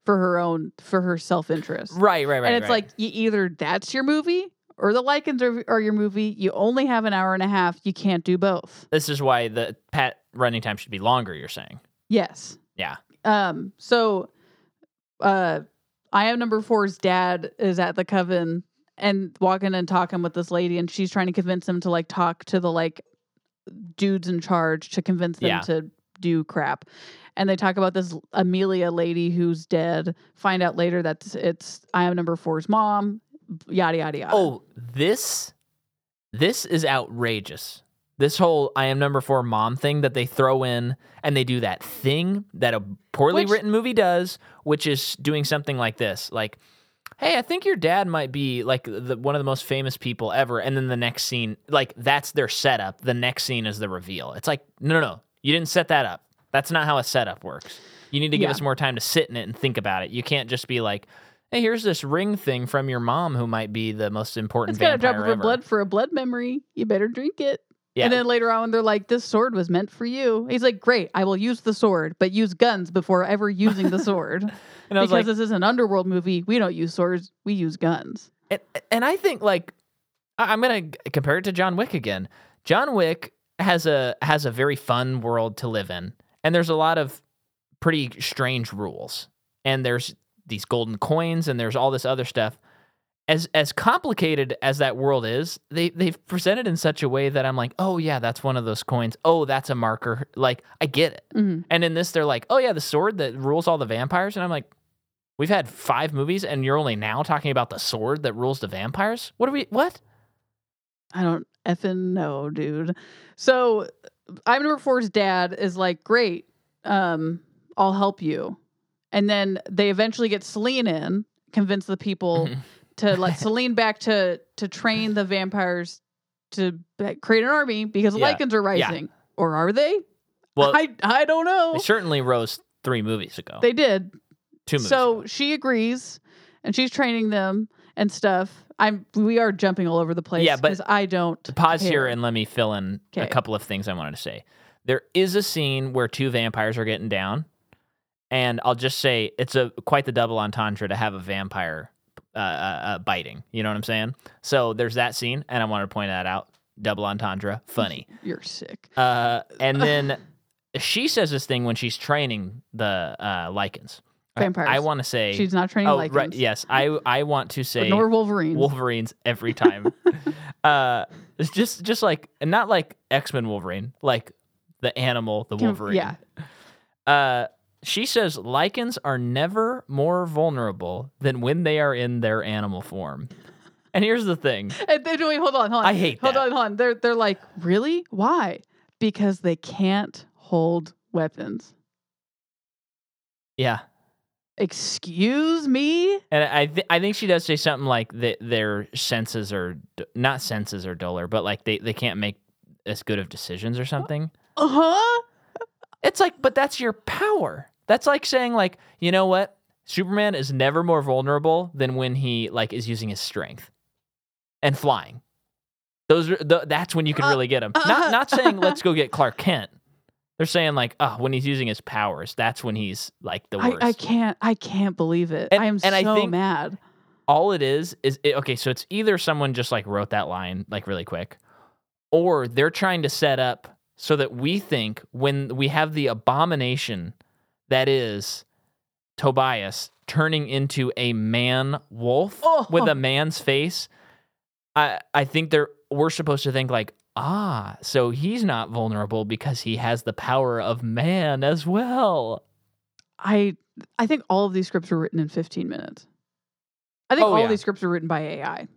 [SPEAKER 2] for her own for her self interest.
[SPEAKER 1] Right, right, right.
[SPEAKER 2] and it's
[SPEAKER 1] right.
[SPEAKER 2] like you either that's your movie or the lichens are, are your movie you only have an hour and a half you can't do both
[SPEAKER 1] this is why the pat running time should be longer. You're saying,
[SPEAKER 2] yes
[SPEAKER 1] Yeah.
[SPEAKER 2] um so uh i am number four's dad is at the coven and walking and talking with this lady and she's trying to convince him to like talk to the like dudes in charge to convince them
[SPEAKER 1] Yeah.
[SPEAKER 2] to do crap and they talk about this amelia lady who's dead find out later that it's i am number four's mom yada yada yada
[SPEAKER 1] oh, this, this is outrageous. This whole I am number four mom thing that they throw in and they do that thing that a poorly
[SPEAKER 2] Which-
[SPEAKER 1] written movie does, which is doing something like this, like. Hey, I think your dad might be like the, one of the most famous people ever. And then the next scene, like that's their setup. The next scene is the reveal. It's like, no, no, no. You didn't set that up. That's not how a setup works. You need to give
[SPEAKER 2] Yeah.
[SPEAKER 1] us more time to sit in it and think about it. You can't just be like, hey, here's this ring thing from your mom who might be the most important
[SPEAKER 2] It's got a
[SPEAKER 1] vampire
[SPEAKER 2] drop of
[SPEAKER 1] ever.
[SPEAKER 2] a blood for a blood memory. You better drink it.
[SPEAKER 1] yeah.
[SPEAKER 2] And then later on, they're like, "This sword was meant for you." He's like, "Great, I will use the sword, but use guns before ever using
[SPEAKER 1] [LAUGHS]
[SPEAKER 2] the sword
[SPEAKER 1] and I
[SPEAKER 2] because
[SPEAKER 1] was like,
[SPEAKER 2] this is an underworld movie. We don't use swords, we use guns."
[SPEAKER 1] and, and I think like I- I'm gonna g- compare it to John Wick again. John Wick has a has a very fun world to live in, and there's a lot of pretty strange rules. And there's these golden coins and there's all this other stuff. As as complicated as that world is, they they've presented in such a way that I'm like, "Oh yeah, that's one of those coins. Oh, that's a marker." Like, I get it.
[SPEAKER 2] Mhm.
[SPEAKER 1] And in this they're like, "Oh yeah, the sword that rules all the vampires." And I'm like, "We've had 5 movies and you're only now talking about the sword that rules the vampires? What are we what?"
[SPEAKER 2] I don't effing know, dude. So I'm number four's dad is like, great, um, I'll help you. And then they eventually get Celine in, convince the people
[SPEAKER 1] Mhm.
[SPEAKER 2] to
[SPEAKER 1] [LAUGHS]
[SPEAKER 2] let Celine back to to train the vampires to be- create an army because the
[SPEAKER 1] Yeah.
[SPEAKER 2] Lycans are rising. Or are they?
[SPEAKER 1] Well,
[SPEAKER 2] I I don't know.
[SPEAKER 1] they certainly rose 3 movies ago.
[SPEAKER 2] they did.
[SPEAKER 1] 2 movies.
[SPEAKER 2] So
[SPEAKER 1] ago.
[SPEAKER 2] she agrees and she's training them and stuff. I'm we are jumping all over the place
[SPEAKER 1] Yeah, but-
[SPEAKER 2] because I don't
[SPEAKER 1] pause
[SPEAKER 2] care.
[SPEAKER 1] here and let me fill in a
[SPEAKER 2] Okay.
[SPEAKER 1] couple of things I wanted to say. There is a scene where two vampires are getting down, and I'll just say it's a quite the double entendre to have a vampire uh, uh, uh, biting. You know what I'm saying? So there's that scene, and I wanted to point that out. Double entendre, funny.
[SPEAKER 2] You're sick.
[SPEAKER 1] Uh,
[SPEAKER 2] [LAUGHS]
[SPEAKER 1] and then she says this thing when she's training the uh, lichens. I-
[SPEAKER 2] Vampires.
[SPEAKER 1] I want to say.
[SPEAKER 2] She's not training
[SPEAKER 1] oh,
[SPEAKER 2] lichens.
[SPEAKER 1] right. Yes, I I want to say.
[SPEAKER 2] Nor Wolverine.
[SPEAKER 1] Wolverines every
[SPEAKER 2] [LAUGHS]
[SPEAKER 1] time. uh, it's just just like and not like X Men Wolverine, like the animal, the
[SPEAKER 2] Can-
[SPEAKER 1] Wolverine.
[SPEAKER 2] yeah.
[SPEAKER 1] Uh, she says lichens are never more vulnerable than when they are in their animal form. And here's the thing.
[SPEAKER 2] And then- wait, hold on, hold on.
[SPEAKER 1] I hate
[SPEAKER 2] Hold
[SPEAKER 1] that.
[SPEAKER 2] on, hold on. They're they're like, really? Why? Because they can't hold weapons.
[SPEAKER 1] Yeah.
[SPEAKER 2] Excuse me?
[SPEAKER 1] And I th- I think she does say something like that their senses are d- not senses are duller, but like they, they can't make as good of decisions or something.
[SPEAKER 2] Uh-huh.
[SPEAKER 1] It's like, but that's your power. That's like saying, like, you know what? Superman is never more vulnerable than when he like is using his strength and flying. Those are th- that's when you can
[SPEAKER 2] Uh,
[SPEAKER 1] really get him.
[SPEAKER 2] uh,
[SPEAKER 1] not not
[SPEAKER 2] [LAUGHS]
[SPEAKER 1] saying let's go get Clark Kent. They're saying like, oh, when he's using his powers, that's when he's like the
[SPEAKER 2] I,
[SPEAKER 1] worst.
[SPEAKER 2] I can't I can't believe it.
[SPEAKER 1] And-
[SPEAKER 2] I am
[SPEAKER 1] and
[SPEAKER 2] so
[SPEAKER 1] I think-
[SPEAKER 2] mad.
[SPEAKER 1] All it is is it, okay. So it's either someone just like wrote that line like really quick, or they're trying to set up so that we think when we have the abomination that is Tobias turning into a man wolf
[SPEAKER 2] Oh.
[SPEAKER 1] with a man's face. I I think they're we're supposed to think like ah so he's not vulnerable because he has the power of man as well.
[SPEAKER 2] I I think all of these scripts were written in 15 minutes. I think
[SPEAKER 1] Oh,
[SPEAKER 2] all
[SPEAKER 1] yeah.
[SPEAKER 2] of these scripts were written by AI.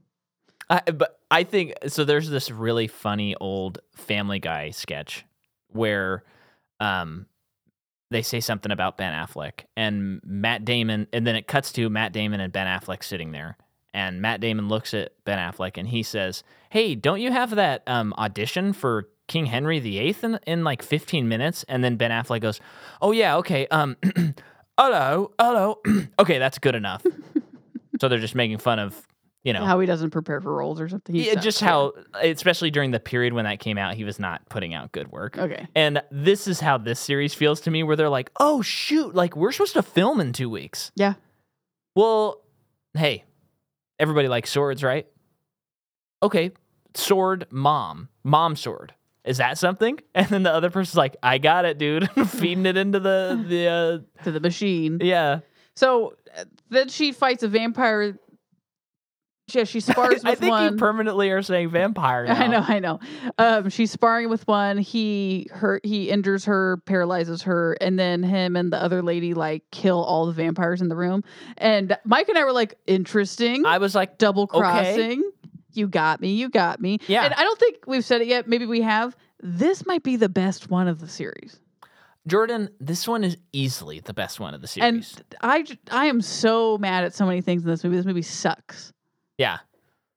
[SPEAKER 1] I, but I think so. There's this really funny old Family Guy sketch where, um, they say something about Ben Affleck and Matt Damon, and then it cuts to Matt Damon and Ben Affleck sitting there, and Matt Damon looks at Ben Affleck and he says, "Hey, don't you have that um audition for?" King Henry VIII in, in like 15 minutes, and then Ben Affleck goes, "Oh yeah, okay. Um, [CLEARS THROAT] hello, hello. [CLEARS THROAT] okay, that's good enough." so they're just making fun of, you know,
[SPEAKER 2] How he doesn't prepare for roles or something. He's
[SPEAKER 1] yeah,
[SPEAKER 2] not-
[SPEAKER 1] just how, especially during the period when that came out, he was not putting out good work.
[SPEAKER 2] Okay.
[SPEAKER 1] And this is how this series feels to me, where they're like, oh, shoot, like we're supposed to film in two weeks.
[SPEAKER 2] Yeah.
[SPEAKER 1] Well, hey, everybody likes swords, right? Okay, sword mom, mom sword. Is that something? [LAUGHS] And then the other person's like, I got it, dude. [LAUGHS] Feeding it into the, the uh,
[SPEAKER 2] To the machine.
[SPEAKER 1] yeah.
[SPEAKER 2] So uh, then she fights a vampire. Yeah, she spars
[SPEAKER 1] [LAUGHS]
[SPEAKER 2] with
[SPEAKER 1] I think
[SPEAKER 2] one.
[SPEAKER 1] you permanently are saying vampire.
[SPEAKER 2] [LAUGHS] I
[SPEAKER 1] now.
[SPEAKER 2] know, I know. Um, she's sparring with one. He hurt. He injures her, paralyzes her, and then him and the other lady like kill all the vampires in the room. And Mike and I were like, interesting,
[SPEAKER 1] I was like,
[SPEAKER 2] double crossing. You got me. You got me.
[SPEAKER 1] Yeah.
[SPEAKER 2] And I don't think we've said it yet. Maybe we have. This might be the best one of the series.
[SPEAKER 1] Jordan, this one is easily the best one of the series.
[SPEAKER 2] And I, j- I am so mad at so many things in this movie. This movie sucks.
[SPEAKER 1] yeah.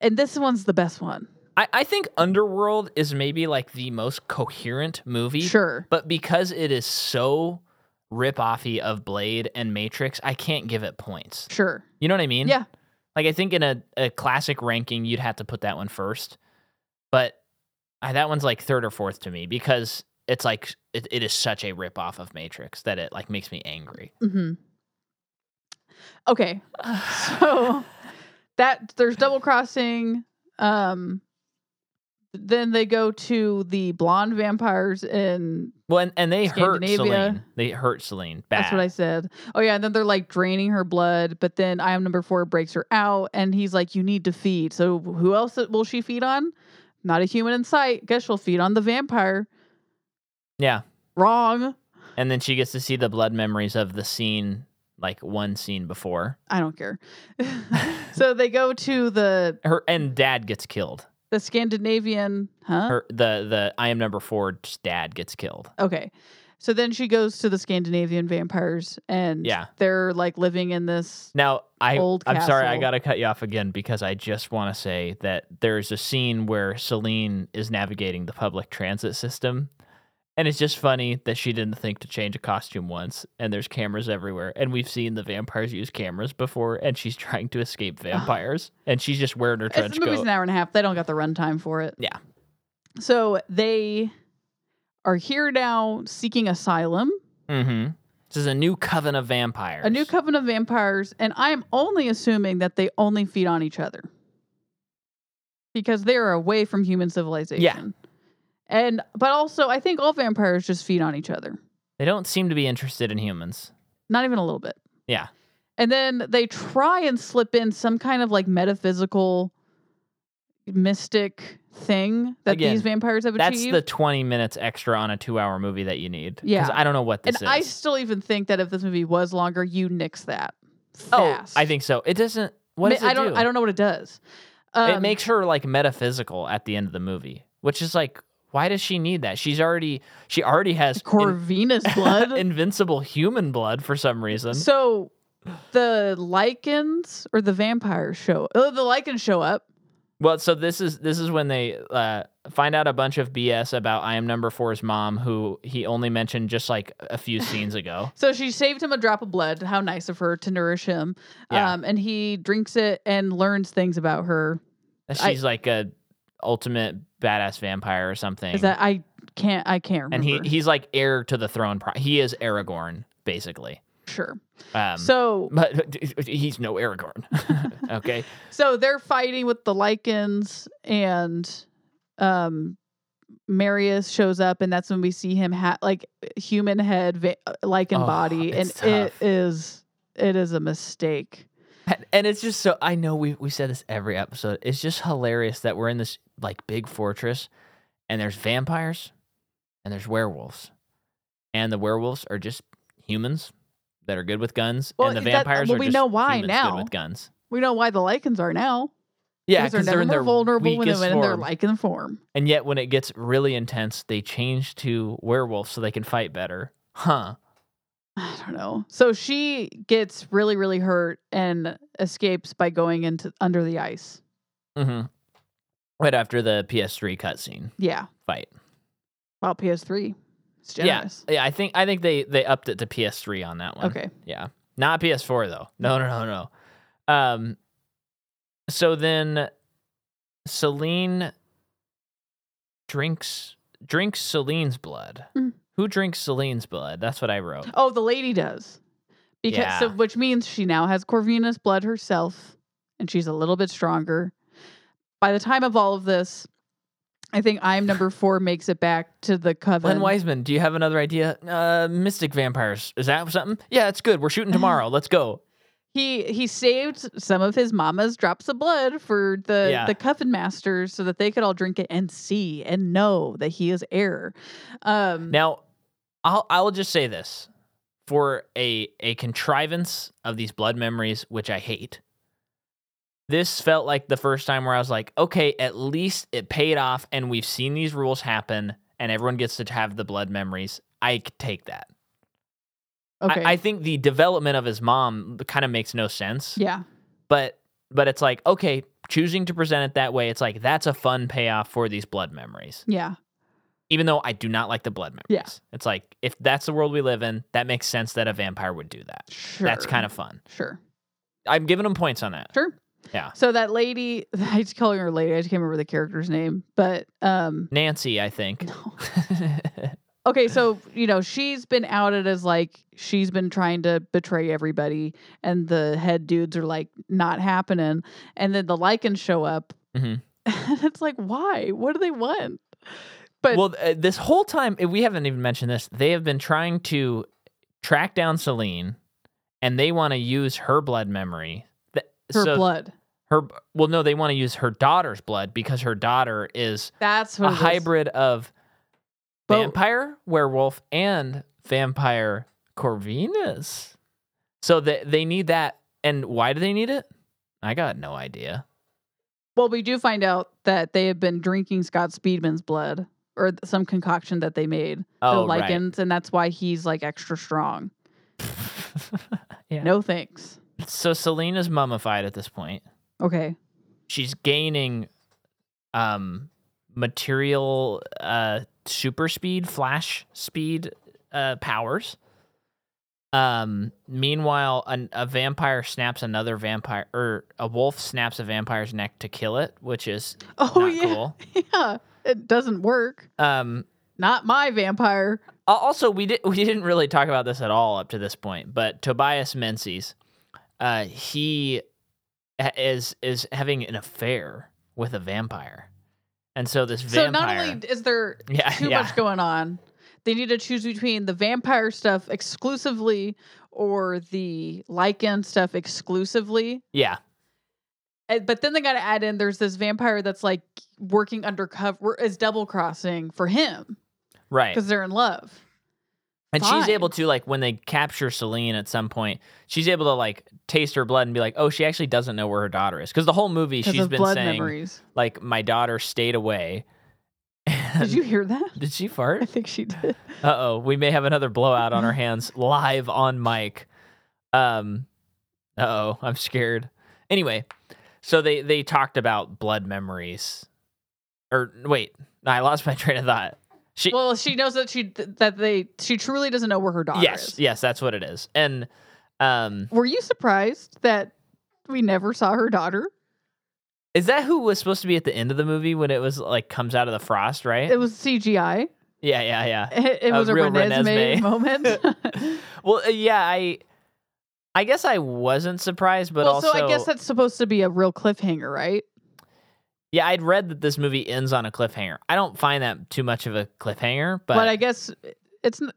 [SPEAKER 2] And this one's the best one.
[SPEAKER 1] I, I think Underworld is maybe like the most coherent movie.
[SPEAKER 2] Sure.
[SPEAKER 1] But because it is so rip offy of Blade and Matrix, I can't give it points.
[SPEAKER 2] Sure.
[SPEAKER 1] You know what I mean?
[SPEAKER 2] Yeah.
[SPEAKER 1] Like I think in a, a classic ranking you'd have to put that one first. But I, that one's like third or fourth to me because it's like it, it is such a rip off of Matrix that it like makes me
[SPEAKER 2] [SIGHS]
[SPEAKER 1] angry.
[SPEAKER 2] hmm Okay. [LAUGHS] So that there's double crossing. Um, then they go to the blonde vampires and
[SPEAKER 1] Well, and, and they hurt
[SPEAKER 2] Scandinavia.
[SPEAKER 1] Celine. They hurt Celine bad.
[SPEAKER 2] that's what I said. Oh yeah, and then they're like draining her blood, but then I am number four breaks her out and he's like, You need to feed. So who else will she feed on? Not a human in sight. Guess she'll feed on the vampire.
[SPEAKER 1] yeah.
[SPEAKER 2] Wrong.
[SPEAKER 1] And then she gets to see the blood memories of the scene, like one scene before.
[SPEAKER 2] I don't care. [LAUGHS] so they go to the
[SPEAKER 1] Her and dad gets killed.
[SPEAKER 2] the Scandinavian huh?
[SPEAKER 1] Her the the I am number four's dad gets killed.
[SPEAKER 2] Okay. So then she goes to the Scandinavian vampires and
[SPEAKER 1] Yeah.
[SPEAKER 2] they're like living in this
[SPEAKER 1] Now I
[SPEAKER 2] Old
[SPEAKER 1] I'm sorry I
[SPEAKER 2] castle.
[SPEAKER 1] gotta cut you off again because I just want to say that there's a scene where Celine is navigating the public transit system, and it's just funny that she didn't think to change a costume once, and there's cameras everywhere, and we've seen the vampires use cameras before, and she's [LAUGHS] trying to escape vampires, and she's just wearing her
[SPEAKER 2] it's,
[SPEAKER 1] trench
[SPEAKER 2] the movie's
[SPEAKER 1] coat.
[SPEAKER 2] an hour and a half. They don't got the runtime for it.
[SPEAKER 1] Yeah.
[SPEAKER 2] So they are here now seeking asylum,
[SPEAKER 1] mm-hmm. This is a new coven of vampires.
[SPEAKER 2] a new coven of vampires, and I'm only assuming that they only feed on each other. Because they are away from human civilization. And but also I think all vampires just feed on each other.
[SPEAKER 1] They don't seem to be interested in humans.
[SPEAKER 2] Not even a little bit.
[SPEAKER 1] Yeah.
[SPEAKER 2] And then they try and slip in some kind of like metaphysical, mystic thing that
[SPEAKER 1] Again,
[SPEAKER 2] these vampires have
[SPEAKER 1] That's
[SPEAKER 2] achieved.
[SPEAKER 1] the 20 minutes extra on a two-hour movie that you need. 'cause
[SPEAKER 2] Yeah.
[SPEAKER 1] I don't know what
[SPEAKER 2] and
[SPEAKER 1] this is.
[SPEAKER 2] I still even think that if this movie was longer, you nix that. Fast.
[SPEAKER 1] Oh, I think so. It doesn't. What
[SPEAKER 2] Ma-
[SPEAKER 1] does it
[SPEAKER 2] I don't.
[SPEAKER 1] do?
[SPEAKER 2] I don't know what it does. Um,
[SPEAKER 1] it makes her like metaphysical at the end of the movie, which is like, why does she need that? She's already she already has in-
[SPEAKER 2] Corvinus blood.
[SPEAKER 1] [LAUGHS] invincible human blood for some reason.
[SPEAKER 2] so the lichens or the vampires show. Oh, the lichens show up.
[SPEAKER 1] well, so this is this is when they uh, find out a bunch of BS about I am number four's mom, who he only mentioned just like a few scenes ago.
[SPEAKER 2] So she saved him a drop of blood. How nice of her to nourish him.
[SPEAKER 1] Yeah.
[SPEAKER 2] Um, and he drinks it and learns things about her
[SPEAKER 1] That
[SPEAKER 2] I-
[SPEAKER 1] She's like a ultimate badass vampire or something.
[SPEAKER 2] Is that I can't I can't
[SPEAKER 1] and
[SPEAKER 2] remember.
[SPEAKER 1] he he's like heir to the throne. Pro- he is Aragorn basically.
[SPEAKER 2] sure.
[SPEAKER 1] Um,
[SPEAKER 2] so
[SPEAKER 1] But [LAUGHS] he's no Aragorn. [LAUGHS] okay.
[SPEAKER 2] so they're fighting with the lichens and um Marius shows up and that's when we see him ha- like human head va- lichen
[SPEAKER 1] Oh,
[SPEAKER 2] body and
[SPEAKER 1] it's
[SPEAKER 2] it
[SPEAKER 1] tough.
[SPEAKER 2] is it is a mistake.
[SPEAKER 1] And, and it's just so I know we we said this every episode. It's just hilarious that we're in this like big fortress and there's vampires and there's werewolves. And the werewolves are just humans that are good with guns
[SPEAKER 2] Well,
[SPEAKER 1] and the
[SPEAKER 2] that- uh,
[SPEAKER 1] vampires
[SPEAKER 2] well,
[SPEAKER 1] are
[SPEAKER 2] we
[SPEAKER 1] just
[SPEAKER 2] know why
[SPEAKER 1] humans
[SPEAKER 2] now.
[SPEAKER 1] good with guns.
[SPEAKER 2] We know why the lichens are now.
[SPEAKER 1] Yeah,
[SPEAKER 2] because they're
[SPEAKER 1] because
[SPEAKER 2] never
[SPEAKER 1] they're in
[SPEAKER 2] more
[SPEAKER 1] their
[SPEAKER 2] vulnerable when
[SPEAKER 1] weakest
[SPEAKER 2] they're in their
[SPEAKER 1] form.
[SPEAKER 2] lichen form.
[SPEAKER 1] And yet when it gets really intense, they change to werewolves so they can fight better. Huh.
[SPEAKER 2] I don't know. So she gets really, really hurt and escapes by going into under the ice.
[SPEAKER 1] Mhm. Right after the PS3 cutscene
[SPEAKER 2] Yeah.
[SPEAKER 1] fight.
[SPEAKER 2] Wow, PS3. It's generous.
[SPEAKER 1] Yeah, I think I think they they upped it to PS3 on that one.
[SPEAKER 2] Okay.
[SPEAKER 1] Yeah. Not PS4 though. No, no, no, no. Um so then Celine drinks drinks Celine's blood.
[SPEAKER 2] Mm.
[SPEAKER 1] Who drinks Celine's blood? That's what I wrote.
[SPEAKER 2] Oh, the lady does. Because so
[SPEAKER 1] Yeah.
[SPEAKER 2] which means she now has Corvinus blood herself and she's a little bit stronger. By the time of all of this, I think I'm
[SPEAKER 1] [SIGHS]
[SPEAKER 2] number 4 makes it back to the coven.
[SPEAKER 1] Len Wiseman, do you have another idea? Uh, mystic vampires. Is that something? Yeah, it's good. We're shooting tomorrow. Let's go.
[SPEAKER 2] He he saved some of his mama's drops of blood for the
[SPEAKER 1] Yeah.
[SPEAKER 2] the coven masters so that they could all drink it and see and know that he is heir. Um
[SPEAKER 1] Now, I'll I'll just say this for a a contrivance of these blood memories, which I hate. This felt like the first time where I was like, okay, at least it paid off, and we've seen these rules happen, and everyone gets to have the blood memories. I could take that. I-
[SPEAKER 2] okay.
[SPEAKER 1] I, think the development of his mom kind of makes no sense,
[SPEAKER 2] yeah.
[SPEAKER 1] but but it's like okay, choosing to present it that way, it's like that's a fun payoff for these blood memories
[SPEAKER 2] Yeah.
[SPEAKER 1] even though I do not like the blood memories.
[SPEAKER 2] Yeah.
[SPEAKER 1] It's like if that's the world we live in, that makes sense that a vampire would do that.
[SPEAKER 2] Sure.
[SPEAKER 1] That's kind of fun.
[SPEAKER 2] Sure.
[SPEAKER 1] I'm giving him points on that.
[SPEAKER 2] Sure.
[SPEAKER 1] Yeah.
[SPEAKER 2] So that lady, [LAUGHS] I just calling her lady. I just can't remember the character's name, but um, [LAUGHS]
[SPEAKER 1] Nancy, I think. [LAUGHS]
[SPEAKER 2] no. Okay, so you know she's been outed as like she's been trying to betray everybody, and the head dudes are like not happening, and then the lichens show up,
[SPEAKER 1] Mhm.
[SPEAKER 2] [LAUGHS] it's like, why? What do they want? But
[SPEAKER 1] well, uh, this whole time eh, we haven't even mentioned this. They have been trying to track down Celine, and they want to use her blood memory. Th-
[SPEAKER 2] her
[SPEAKER 1] so
[SPEAKER 2] blood.
[SPEAKER 1] Her well, no, they want to use her daughter's blood because her daughter is
[SPEAKER 2] That's what
[SPEAKER 1] a
[SPEAKER 2] it is.
[SPEAKER 1] hybrid of
[SPEAKER 2] Bo-
[SPEAKER 1] vampire werewolf and vampire Corvinus. So they they need that, and why do they need it? I got no idea.
[SPEAKER 2] Well, we do find out that they have been drinking Scott Speedman's blood or th- some concoction that they made, the
[SPEAKER 1] Oh, right.
[SPEAKER 2] lichens, and that's why he's like extra strong.
[SPEAKER 1] [LAUGHS] yeah.
[SPEAKER 2] No thanks.
[SPEAKER 1] So Celine is mummified at this point.
[SPEAKER 2] Okay.
[SPEAKER 1] she's gaining um material uh super speed flash speed uh powers um meanwhile an, a vampire snaps another vampire or a wolf snaps a vampire's neck to kill it which is
[SPEAKER 2] Oh
[SPEAKER 1] not
[SPEAKER 2] yeah.
[SPEAKER 1] cool
[SPEAKER 2] [LAUGHS] Yeah. It doesn't work.
[SPEAKER 1] um
[SPEAKER 2] Not my vampire.
[SPEAKER 1] al- Uh, also we did [LAUGHS] we didn't really talk about this at all up to this point but tobias menzies uh he ha- is is having an affair with a vampire and so this vampire
[SPEAKER 2] So not only is there
[SPEAKER 1] [LAUGHS] Yeah,
[SPEAKER 2] too
[SPEAKER 1] yeah.
[SPEAKER 2] much going on. They need to choose between the vampire stuff exclusively or the lichen stuff exclusively.
[SPEAKER 1] Yeah,
[SPEAKER 2] Uh, But then they got to add in there's this vampire that's like working undercover is double crossing for him
[SPEAKER 1] right.
[SPEAKER 2] because they're in love.
[SPEAKER 1] And she's
[SPEAKER 2] fine.
[SPEAKER 1] able to like when they capture Celine at some point, she's able to like taste her blood and be like, "Oh, she actually doesn't know where her daughter is." Because the whole movie
[SPEAKER 2] Because
[SPEAKER 1] she's
[SPEAKER 2] of
[SPEAKER 1] been
[SPEAKER 2] blood
[SPEAKER 1] saying
[SPEAKER 2] memories.
[SPEAKER 1] like, "My daughter stayed away." [LAUGHS]
[SPEAKER 2] Did you hear that?
[SPEAKER 1] Did she
[SPEAKER 2] [LAUGHS] I
[SPEAKER 1] fart?
[SPEAKER 2] think she did.
[SPEAKER 1] Uh oh, we may have another blowout on our hands live on mic. Um, uh oh, I'm scared. Anyway, so they they talked about blood memories, or wait, I lost my [LAUGHS] train of thought. She
[SPEAKER 2] Well, she knows that she that they she truly doesn't know where her daughter
[SPEAKER 1] yes
[SPEAKER 2] is.
[SPEAKER 1] yes that's what it is, and um.
[SPEAKER 2] Were you surprised that we never saw her daughter?
[SPEAKER 1] Is that who was supposed to be at the end of the movie when it was like comes out of the frost, right?
[SPEAKER 2] It was CGI.
[SPEAKER 1] yeah, yeah, yeah.
[SPEAKER 2] [LAUGHS] It, it
[SPEAKER 1] A
[SPEAKER 2] was a
[SPEAKER 1] Eh. real
[SPEAKER 2] Renesmee
[SPEAKER 1] Renesmee. [LAUGHS]
[SPEAKER 2] [LAUGHS] moment.
[SPEAKER 1] Well, uh, yeah, I I guess I wasn't surprised, but
[SPEAKER 2] well,
[SPEAKER 1] also
[SPEAKER 2] so I guess that's supposed to be a real cliffhanger, right?
[SPEAKER 1] yeah, I'd read that this movie ends on a cliffhanger. I don't find that too much of a cliffhanger, but,
[SPEAKER 2] But, I guess it's n-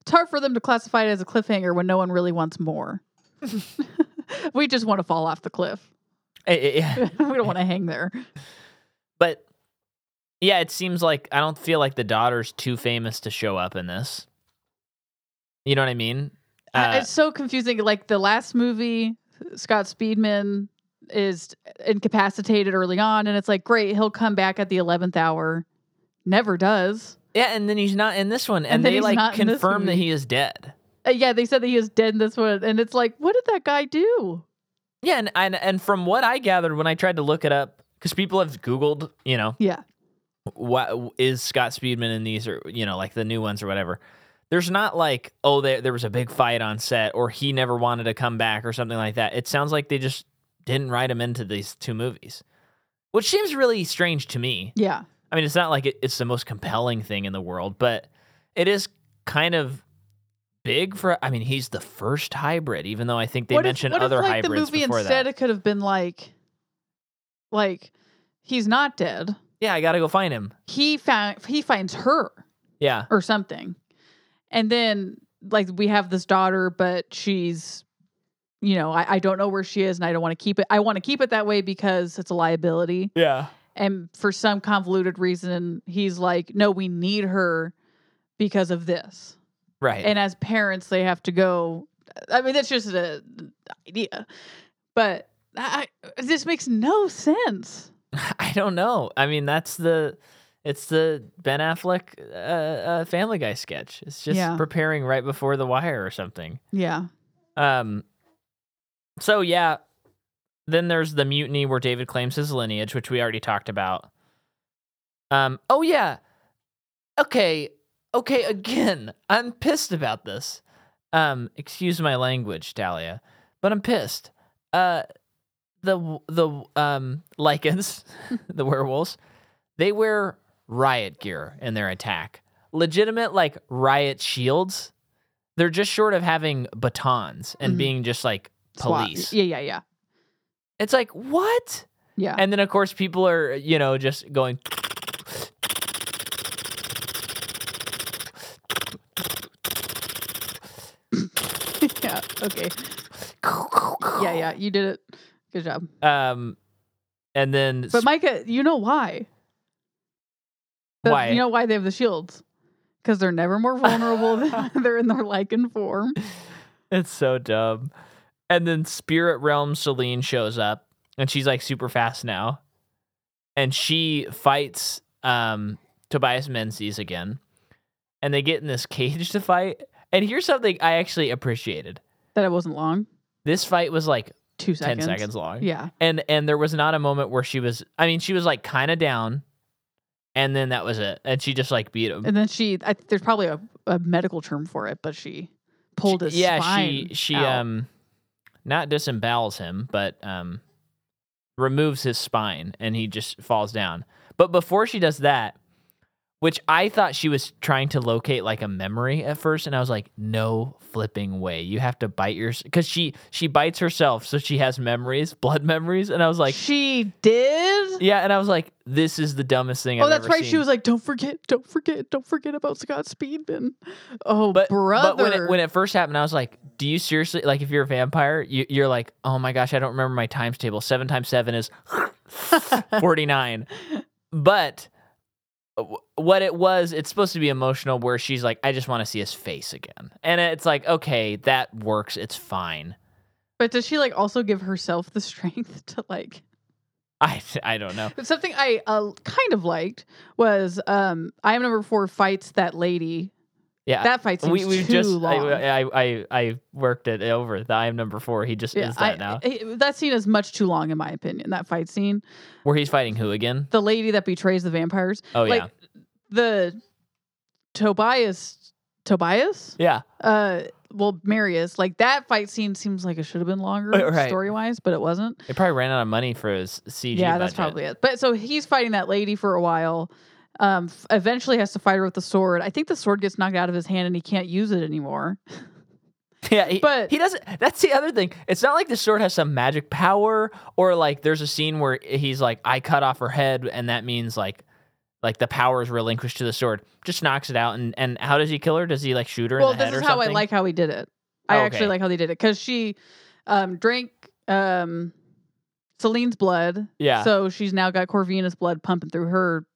[SPEAKER 2] it's hard for them to classify it as a cliffhanger when no one really wants more. [LAUGHS] we just want to fall off the cliff. [LAUGHS]
[SPEAKER 1] [LAUGHS] Eh, eh, yeah.
[SPEAKER 2] we don't want to hang there.
[SPEAKER 1] but yeah, it seems like I don't feel like the daughter's too famous to show up in this. You know what I mean?
[SPEAKER 2] I-
[SPEAKER 1] Uh,
[SPEAKER 2] it's so confusing. Like the last movie, Scott Speedman is incapacitated early on, and it's like, great, he'll come back at the eleventh hour. Never does.
[SPEAKER 1] yeah, and then he's not in this one, and,
[SPEAKER 2] And then
[SPEAKER 1] they
[SPEAKER 2] he's
[SPEAKER 1] like
[SPEAKER 2] not in this
[SPEAKER 1] confirm that
[SPEAKER 2] movie.
[SPEAKER 1] he is dead.
[SPEAKER 2] Uh, yeah, they said that he is dead in this one, and it's like, what did that guy do?
[SPEAKER 1] Yeah, and, and and from what I gathered when I tried to look it up, because people have Googled, you know,
[SPEAKER 2] Yeah,
[SPEAKER 1] what is Scott Speedman in these or you know, like the new ones or whatever. There's not like, oh, there there was a big fight on set, or he never wanted to come back, or something like that. It sounds like they just didn't write him into these two movies, which seems really strange to me.
[SPEAKER 2] yeah.
[SPEAKER 1] I mean, it's not like it, it's the most compelling thing in the world, but it is kind of big for. I mean, he's the first hybrid, even though I think they
[SPEAKER 2] what
[SPEAKER 1] mentioned
[SPEAKER 2] if, what
[SPEAKER 1] other
[SPEAKER 2] if, like,
[SPEAKER 1] hybrids
[SPEAKER 2] the movie
[SPEAKER 1] before
[SPEAKER 2] instead
[SPEAKER 1] that.
[SPEAKER 2] it could have been like, like he's not dead.
[SPEAKER 1] yeah, I gotta go find him.
[SPEAKER 2] He found he finds her
[SPEAKER 1] Yeah.
[SPEAKER 2] or something, and then like we have this daughter, but she's, you know, I, I don't know where she is, and I don't want to keep it. I want to keep it that way because it's a liability.
[SPEAKER 1] Yeah.
[SPEAKER 2] and for some convoluted reason he's like no we need her because of this
[SPEAKER 1] Right.
[SPEAKER 2] and as parents they have to go i mean that's just an idea but I, I- this makes no sense
[SPEAKER 1] I don't know. I mean, that's the it's the Ben Affleck uh, uh, Family Guy sketch. It's just
[SPEAKER 2] Yeah.
[SPEAKER 1] preparing right before the wire or something.
[SPEAKER 2] yeah
[SPEAKER 1] Um. So yeah, then there's the mutiny where David claims his lineage, which we already talked about. Um. Oh yeah. Okay. Okay. Again, [LAUGHS] I'm pissed about this. Um. Excuse my language, Dahlia, but I'm pissed. Uh, the the um [LAUGHS] lichens, the werewolves, they wear riot gear in their attack. Legitimate like riot shields. They're just short of having batons and
[SPEAKER 2] Mhm.
[SPEAKER 1] being just like
[SPEAKER 2] Swat.
[SPEAKER 1] police.
[SPEAKER 2] yeah yeah yeah
[SPEAKER 1] It's like, what?
[SPEAKER 2] Yeah. [LAUGHS]
[SPEAKER 1] And then of course people are, you know, just going
[SPEAKER 2] yeah. Okay. Yeah. Yeah. You did it. Good job.
[SPEAKER 1] um and then
[SPEAKER 2] But Micah, you know why? The-
[SPEAKER 1] Why?
[SPEAKER 2] You know why they have the shields? Because they're never
[SPEAKER 1] [LAUGHS]
[SPEAKER 2] more vulnerable than [LAUGHS] when they're in their lichen form.
[SPEAKER 1] It's so dumb. And then Spirit Realm Celine shows up and she's like super fast now. And she fights um Tobias Menzies again. And they get in this [LAUGHS] cage to fight. And here's something I actually appreciated.
[SPEAKER 2] That it wasn't long.
[SPEAKER 1] This fight was like
[SPEAKER 2] Two seconds.
[SPEAKER 1] 10 seconds long.
[SPEAKER 2] Yeah.
[SPEAKER 1] And and there was not a moment where she was I mean she was like kind of down and then that was it. And she just like beat him.
[SPEAKER 2] And then she, I, there's probably a, a medical term for it, but she pulled his
[SPEAKER 1] She- yeah
[SPEAKER 2] spine.
[SPEAKER 1] she she
[SPEAKER 2] out.
[SPEAKER 1] um not disembowels him but um removes his spine and he just falls down but before she does that which i thought she was trying to locate like a memory at first and i was like no flipping way you have to bite your because she she bites herself so she has memories [LAUGHS] blood memories and i was like
[SPEAKER 2] she did.
[SPEAKER 1] yeah and i was like this is the dumbest thing
[SPEAKER 2] oh,
[SPEAKER 1] I've
[SPEAKER 2] that's
[SPEAKER 1] ever
[SPEAKER 2] right. She
[SPEAKER 1] seen.
[SPEAKER 2] was like, "Don't forget, don't forget, don't forget about Scott Speedman." Oh,
[SPEAKER 1] But
[SPEAKER 2] brother.
[SPEAKER 1] but when it, when it first happened, I was like, "Do you seriously like if you're a vampire, you, you're like, oh my gosh, I don't remember my times table. Seven times seven
[SPEAKER 2] [LAUGHS]
[SPEAKER 1] is forty nine. But w- what it was, it's supposed to be emotional, where she's like, I just want to see his face again, and it's like, okay, that works. It's fine.
[SPEAKER 2] but does she like also give herself the [LAUGHS] strength to like?
[SPEAKER 1] I I don't know.
[SPEAKER 2] But something I uh, kind of liked was um, I am number four fights that lady.
[SPEAKER 1] Yeah.
[SPEAKER 2] that fight seems
[SPEAKER 1] Uh, we we
[SPEAKER 2] too
[SPEAKER 1] just I,
[SPEAKER 2] long.
[SPEAKER 1] I I I worked it over. The I am number four. He just
[SPEAKER 2] yeah,
[SPEAKER 1] is that
[SPEAKER 2] I,
[SPEAKER 1] now,
[SPEAKER 2] I- that scene is much too long in my opinion. That fight scene,
[SPEAKER 1] where he's fighting who again?
[SPEAKER 2] the lady that betrays the vampires,
[SPEAKER 1] Oh yeah,
[SPEAKER 2] like the Tobias, Tobias,
[SPEAKER 1] yeah.
[SPEAKER 2] uh, well Marius, like that fight scene seems like it should have been longer
[SPEAKER 1] Uh, right.
[SPEAKER 2] story wise, but it wasn't.
[SPEAKER 1] They probably ran out of money for his CG.
[SPEAKER 2] yeah, that's
[SPEAKER 1] budget.
[SPEAKER 2] probably it. But so he's fighting that lady for a while. Um, f- eventually has to fight her with the sword. I think the sword gets knocked out of his hand and he can't use it anymore.
[SPEAKER 1] [LAUGHS] Yeah, he,
[SPEAKER 2] But-
[SPEAKER 1] he doesn't. That's the other thing. It's not like the sword has some magic power, or like there's a scene where he's like, "I cut off her head," and that means like, like the power is relinquished to the sword. Just knocks it out, and and how does he kill her? Does he like shoot her
[SPEAKER 2] well,
[SPEAKER 1] in the
[SPEAKER 2] this
[SPEAKER 1] head
[SPEAKER 2] is
[SPEAKER 1] or
[SPEAKER 2] how
[SPEAKER 1] something?
[SPEAKER 2] I like how he did it. I
[SPEAKER 1] Oh, okay.
[SPEAKER 2] actually like how they did it because she um, drank um, Celine's blood.
[SPEAKER 1] Yeah.
[SPEAKER 2] So she's now got Corvina's blood pumping through her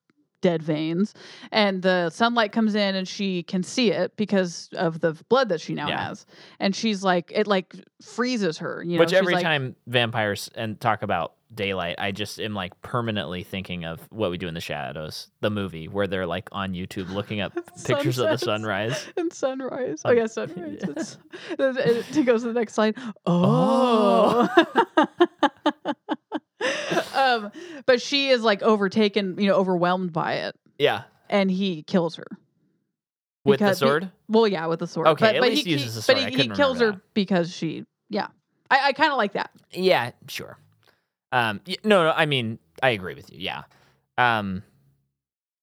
[SPEAKER 2] dead veins. And the sunlight comes in and she can see it because of the blood that she now
[SPEAKER 1] Yeah.
[SPEAKER 2] has. And she's like, it like freezes her. You know,
[SPEAKER 1] Which
[SPEAKER 2] she's
[SPEAKER 1] every
[SPEAKER 2] like,
[SPEAKER 1] time vampires and talk about daylight, I just am like permanently thinking of what we do in the shadows, the movie where they're like on YouTube looking
[SPEAKER 2] [LAUGHS]
[SPEAKER 1] up pictures of the
[SPEAKER 2] Sunsets.
[SPEAKER 1] sunrise.
[SPEAKER 2] [LAUGHS] and sunrise. Oh
[SPEAKER 1] Um,
[SPEAKER 2] yeah, sunrise.
[SPEAKER 1] yeah.
[SPEAKER 2] It's, it, it goes to the next slide.
[SPEAKER 1] Oh.
[SPEAKER 2] Oh. [LAUGHS] um, but she is like overtaken, you know, overwhelmed by it,
[SPEAKER 1] Yeah,
[SPEAKER 2] and he kills her.
[SPEAKER 1] with
[SPEAKER 2] Because
[SPEAKER 1] the
[SPEAKER 2] be-
[SPEAKER 1] sword.
[SPEAKER 2] Well, yeah, with the sword.
[SPEAKER 1] Okay,
[SPEAKER 2] but,
[SPEAKER 1] at
[SPEAKER 2] but
[SPEAKER 1] least
[SPEAKER 2] he,
[SPEAKER 1] he uses the sword.
[SPEAKER 2] but
[SPEAKER 1] I
[SPEAKER 2] he, he
[SPEAKER 1] couldn't
[SPEAKER 2] kills her
[SPEAKER 1] remember
[SPEAKER 2] because she. Yeah, I, I kind of like that.
[SPEAKER 1] Yeah, sure. Um, y- no, no, I mean, I agree with you. Yeah. Um,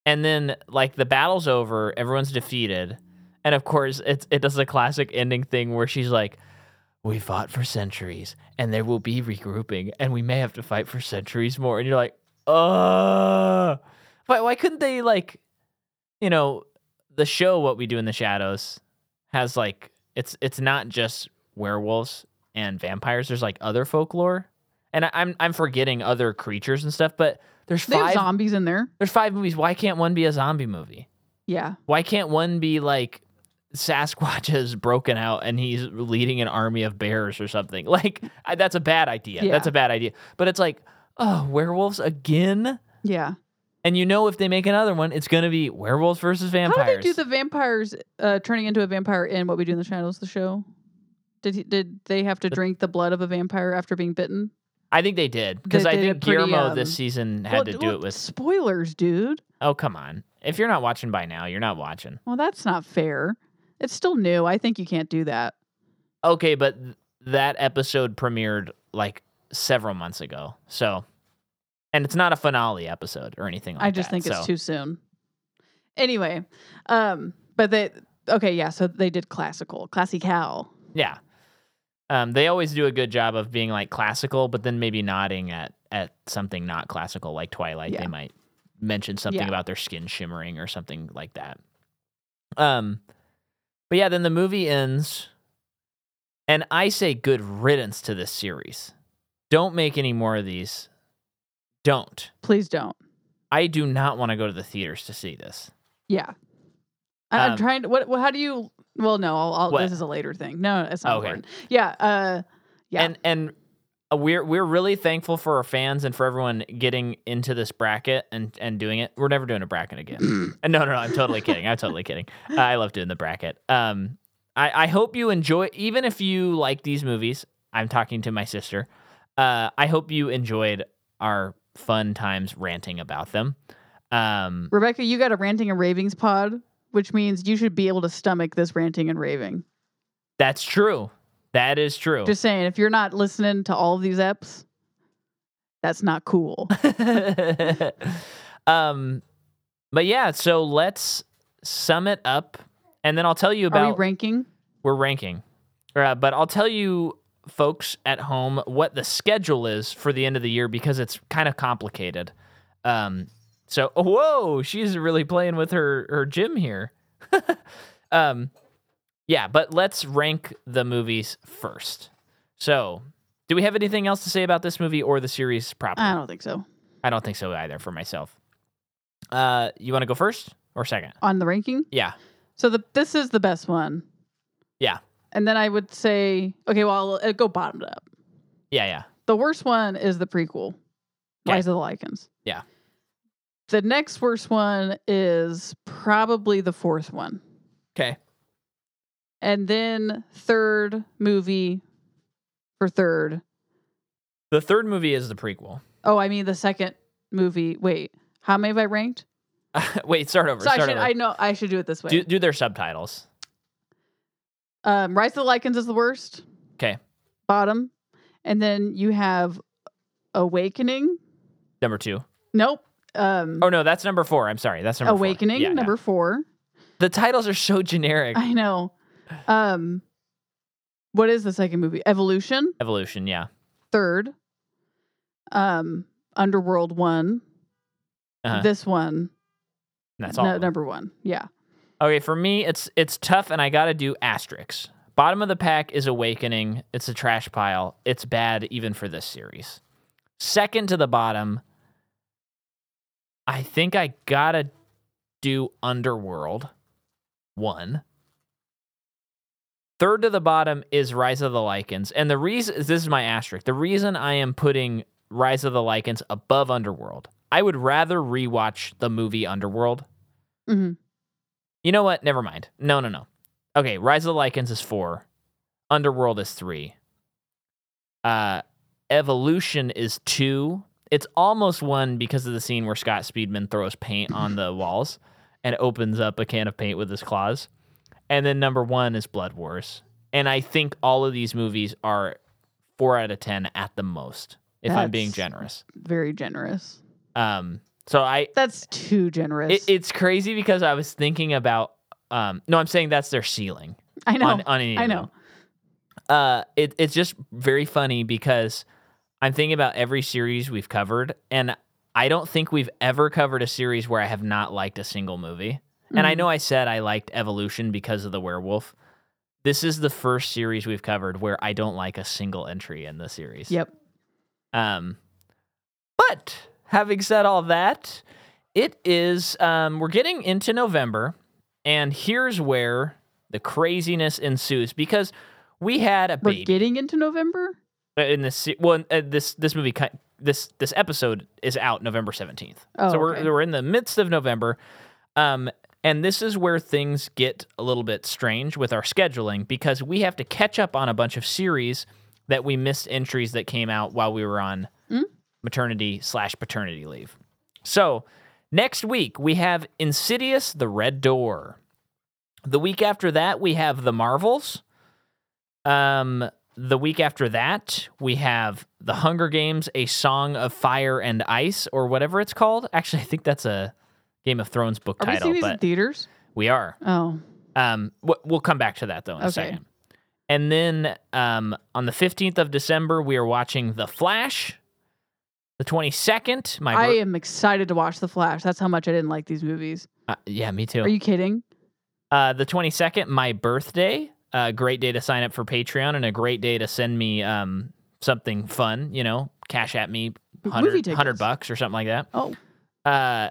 [SPEAKER 1] and then like the battle's over, everyone's defeated, and of course, it's it does the classic ending thing where she's like, "We fought for centuries, and there will be regrouping, and we may have to fight for centuries more." And you're like, "Uh, why? Why couldn't they like, you know, the show What We Do in the Shadows has like it's it's not just werewolves and vampires. There's like other folklore, and I, I'm I'm forgetting other creatures and stuff. But there's
[SPEAKER 2] They have
[SPEAKER 1] five
[SPEAKER 2] zombies in there.
[SPEAKER 1] there's five movies. Why can't one be a zombie movie?
[SPEAKER 2] Yeah,
[SPEAKER 1] Why can't one be like Sasquatch [LAUGHS] has broken out and he's leading an army of bears or something? [LAUGHS] Like I, that's a bad idea.
[SPEAKER 2] Yeah.
[SPEAKER 1] That's a bad idea. But it's like, oh, werewolves again.
[SPEAKER 2] yeah.
[SPEAKER 1] And you know, if they make another one, it's gonna be werewolves versus vampires.
[SPEAKER 2] How did they do the vampires uh, turning into a vampire in What We Do in the Shadows, the show? Did he, did they have to
[SPEAKER 1] The-
[SPEAKER 2] drink the blood of a vampire after being bitten?
[SPEAKER 1] I think they did because
[SPEAKER 2] They
[SPEAKER 1] I
[SPEAKER 2] did a
[SPEAKER 1] think
[SPEAKER 2] pretty,
[SPEAKER 1] Guillermo
[SPEAKER 2] um,
[SPEAKER 1] this season had
[SPEAKER 2] Well,
[SPEAKER 1] to
[SPEAKER 2] d-
[SPEAKER 1] do
[SPEAKER 2] well,
[SPEAKER 1] it with.
[SPEAKER 2] spoilers, dude.
[SPEAKER 1] Oh come on! If you're not watching by now, you're not watching.
[SPEAKER 2] Well, that's not fair. It's still new. I think you can't do that.
[SPEAKER 1] Okay, but th- that episode premiered like several months ago. So, and it's not a finale episode or anything like that.
[SPEAKER 2] I just think
[SPEAKER 1] so-
[SPEAKER 2] it's too soon. Anyway, um, but they okay, yeah. So they did classical, classical.
[SPEAKER 1] Yeah. Um, they always do a good job of being like classical, but then maybe nodding at at something not classical, like Twilight. They
[SPEAKER 2] Yeah.
[SPEAKER 1] might mention something
[SPEAKER 2] Yeah.
[SPEAKER 1] about their skin shimmering or something like that. Um, but yeah, then the movie ends, and I say good riddance to this series. Don't make any more of these. Don't.
[SPEAKER 2] Please don't.
[SPEAKER 1] I do not want to go to the theaters to see this.
[SPEAKER 2] Yeah. I- I'm
[SPEAKER 1] Um,
[SPEAKER 2] trying to. What? what- How do you? Well, no. I'll, I'll,
[SPEAKER 1] What?
[SPEAKER 2] this is a later thing. No, it's not
[SPEAKER 1] Okay.
[SPEAKER 2] important. Yeah. Uh. Yeah.
[SPEAKER 1] And and uh, we're we're really thankful for our fans and for everyone getting into this bracket and and doing it. We're never doing a bracket again. Uh, no, no, no. I'm totally kidding. I'm totally kidding. [LAUGHS] Uh, I love doing the bracket. Um, I I hope you enjoy. Even if you like these movies, I'm talking to my sister. Uh, I hope you enjoyed our fun times ranting about them. Um,
[SPEAKER 2] Rebecca, you got a ranting and ravings pod, which means you should be able to stomach this ranting and raving.
[SPEAKER 1] that's true. That is true.
[SPEAKER 2] Just saying, if you're not listening to all of these eps, that's not cool.
[SPEAKER 1] [LAUGHS] um, but yeah, so let's sum it up, and then I'll tell you
[SPEAKER 2] Are we
[SPEAKER 1] about we
[SPEAKER 2] ranking?
[SPEAKER 1] are ranking. Uh, but I'll tell you, folks at home, what the schedule is for the end of the year because it's kind of complicated. Um, so [LAUGHS] whoa, she's really playing with her her gym here. [LAUGHS] um, yeah, but let's rank the movies first. So, do we have anything else to say about this movie or the series proper?
[SPEAKER 2] I don't think so.
[SPEAKER 1] I don't think so either for myself. Uh, you want to go first or second?
[SPEAKER 2] On the ranking?
[SPEAKER 1] Yeah.
[SPEAKER 2] So the this is the best one.
[SPEAKER 1] Yeah.
[SPEAKER 2] And then I would say, okay, well, I'll, uh, go bottomed up.
[SPEAKER 1] Yeah, yeah.
[SPEAKER 2] The worst one is the prequel,
[SPEAKER 1] Okay.
[SPEAKER 2] Rise of the Lycans.
[SPEAKER 1] Yeah.
[SPEAKER 2] The next worst one is probably the fourth one.
[SPEAKER 1] Okay.
[SPEAKER 2] And then third movie for third.
[SPEAKER 1] The third movie is the prequel. [LAUGHS]
[SPEAKER 2] Oh, I mean the second movie. Wait, how many have I ranked?
[SPEAKER 1] Wait, start over.
[SPEAKER 2] so I
[SPEAKER 1] start
[SPEAKER 2] should
[SPEAKER 1] over.
[SPEAKER 2] I know I should do it this way.
[SPEAKER 1] do do their subtitles.
[SPEAKER 2] um, Rise of the Lycans is the worst.
[SPEAKER 1] 'Kay.
[SPEAKER 2] Bottom. And then you have Awakening.
[SPEAKER 1] Number two.
[SPEAKER 2] Nope. Um
[SPEAKER 1] Oh no, that's number four. I'm sorry. That's number four.
[SPEAKER 2] Awakening,
[SPEAKER 1] Yeah, yeah.
[SPEAKER 2] number four.
[SPEAKER 1] The titles are so generic.
[SPEAKER 2] I know. Um what is the second movie? Evolution,
[SPEAKER 1] Evolution. Yeah.
[SPEAKER 2] third. Um Underworld one.
[SPEAKER 1] Uh-huh.
[SPEAKER 2] This one.
[SPEAKER 1] And that's all.
[SPEAKER 2] no-
[SPEAKER 1] of them.
[SPEAKER 2] number one. Yeah.
[SPEAKER 1] Okay, for me, it's it's tough, and I gotta do asterisks. Bottom of the pack is Awakening. It's a trash pile. It's bad even for this series. Second to the bottom, I think I gotta do Underworld. One. Third to the bottom is Rise of the Lycans, and the reason this is my asterisk. The reason I am putting Rise of the Lycans above Underworld, I would rather rewatch the movie Underworld
[SPEAKER 2] hmm
[SPEAKER 1] you know what? Never mind. No, no, no. Okay, Rise of the Lycans is four. Underworld is three. Uh, Evolution is two. It's almost one because of the scene where Scott Speedman throws paint on the walls and opens up a can of paint with his claws. And then number one is Blood Wars. And I think all of these movies are four out of ten at the most, if I'm being
[SPEAKER 2] That's-
[SPEAKER 1] generous.
[SPEAKER 2] Very generous.
[SPEAKER 1] Um, so I,
[SPEAKER 2] That's too generous.
[SPEAKER 1] it, it's crazy because I was thinking about. Um, no, I'm saying that's their ceiling
[SPEAKER 2] I know.
[SPEAKER 1] on, on any
[SPEAKER 2] I
[SPEAKER 1] of
[SPEAKER 2] know.
[SPEAKER 1] them. Uh, it, it's just very funny because I'm thinking about every series we've covered, and I don't think we've ever covered a series where I have not liked a single movie. And I
[SPEAKER 2] Mhm.
[SPEAKER 1] know I said I liked Evolution because of the werewolf. This is the first series we've covered where I don't like a single entry in the series.
[SPEAKER 2] Yep.
[SPEAKER 1] Um, but having said all that, it is um, we're getting into November, and here's where the craziness ensues because we had a
[SPEAKER 2] We're
[SPEAKER 1] baby
[SPEAKER 2] getting into November?
[SPEAKER 1] Uh, in this se- well uh, this this movie cut- this this episode is out November seventeenth,
[SPEAKER 2] Oh,
[SPEAKER 1] so we're
[SPEAKER 2] okay.
[SPEAKER 1] we're in the midst of November, um, and this is where things get a little bit strange with our scheduling because we have to catch up on a bunch of series that we missed entries that came out while we were on
[SPEAKER 2] Mm.
[SPEAKER 1] maternity slash paternity leave. So next week we have Insidious: The Red Door. The week after that we have The Marvels. Um, the week after that we have The Hunger Games: A Song of Fire and Ice, or whatever it's called. Actually, I think that's a Game of Thrones book
[SPEAKER 2] Are we
[SPEAKER 1] title,
[SPEAKER 2] seeing these in
[SPEAKER 1] but
[SPEAKER 2] theaters?
[SPEAKER 1] we are.
[SPEAKER 2] Oh.
[SPEAKER 1] Um, wh- we'll come back to that though in a
[SPEAKER 2] Okay.
[SPEAKER 1] second. And then um, on the 15th of December, we are watching The Flash. The 22nd, my
[SPEAKER 2] I
[SPEAKER 1] bir-
[SPEAKER 2] am excited to watch The Flash. That's how much I didn't like these movies.
[SPEAKER 1] uh, yeah, me
[SPEAKER 2] Are
[SPEAKER 1] too.
[SPEAKER 2] you kidding?
[SPEAKER 1] Uh, the 22nd, my birthday. A great day to sign up for Patreon and a great day to send me um, something fun, you know, cash at me
[SPEAKER 2] Movie
[SPEAKER 1] 100,
[SPEAKER 2] tickets.
[SPEAKER 1] 100 bucks or something like that.
[SPEAKER 2] Oh,
[SPEAKER 1] uh,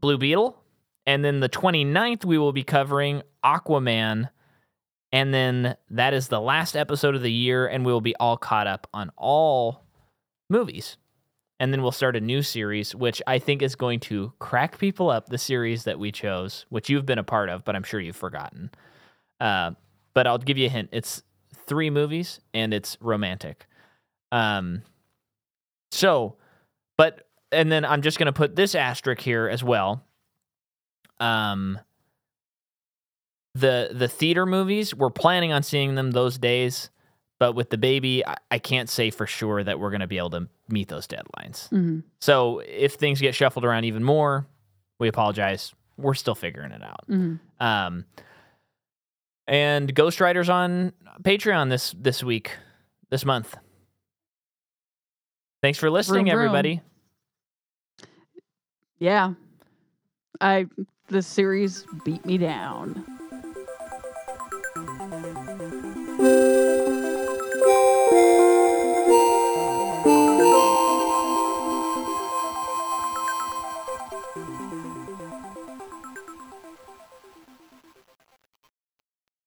[SPEAKER 1] Blue Beetle. And then the 29th, we will be covering Aquaman. And then that is the last episode of the year, and we will be all caught up on all movies. And then we'll start a new series, which I think is going to crack people up. The series that we chose, which you've been a part of, but I'm sure you've forgotten. Uh, but I'll give you a hint it's three movies and it's romantic. Um, so, but and then I'm just going to put this asterisk here as well. Um, the the theater movies we're planning on seeing them those days, but with the baby, I, I can't say for sure that we're going to be able to meet those deadlines.
[SPEAKER 2] hmm
[SPEAKER 1] So if things get shuffled around even more, we apologize. We're still figuring it out.
[SPEAKER 2] hmm
[SPEAKER 1] Um, and Ghost Rider's on Patreon this this week, this month. Thanks for listening,
[SPEAKER 2] Vroom, vroom.
[SPEAKER 1] everybody.
[SPEAKER 2] yeah. I the series beat me down.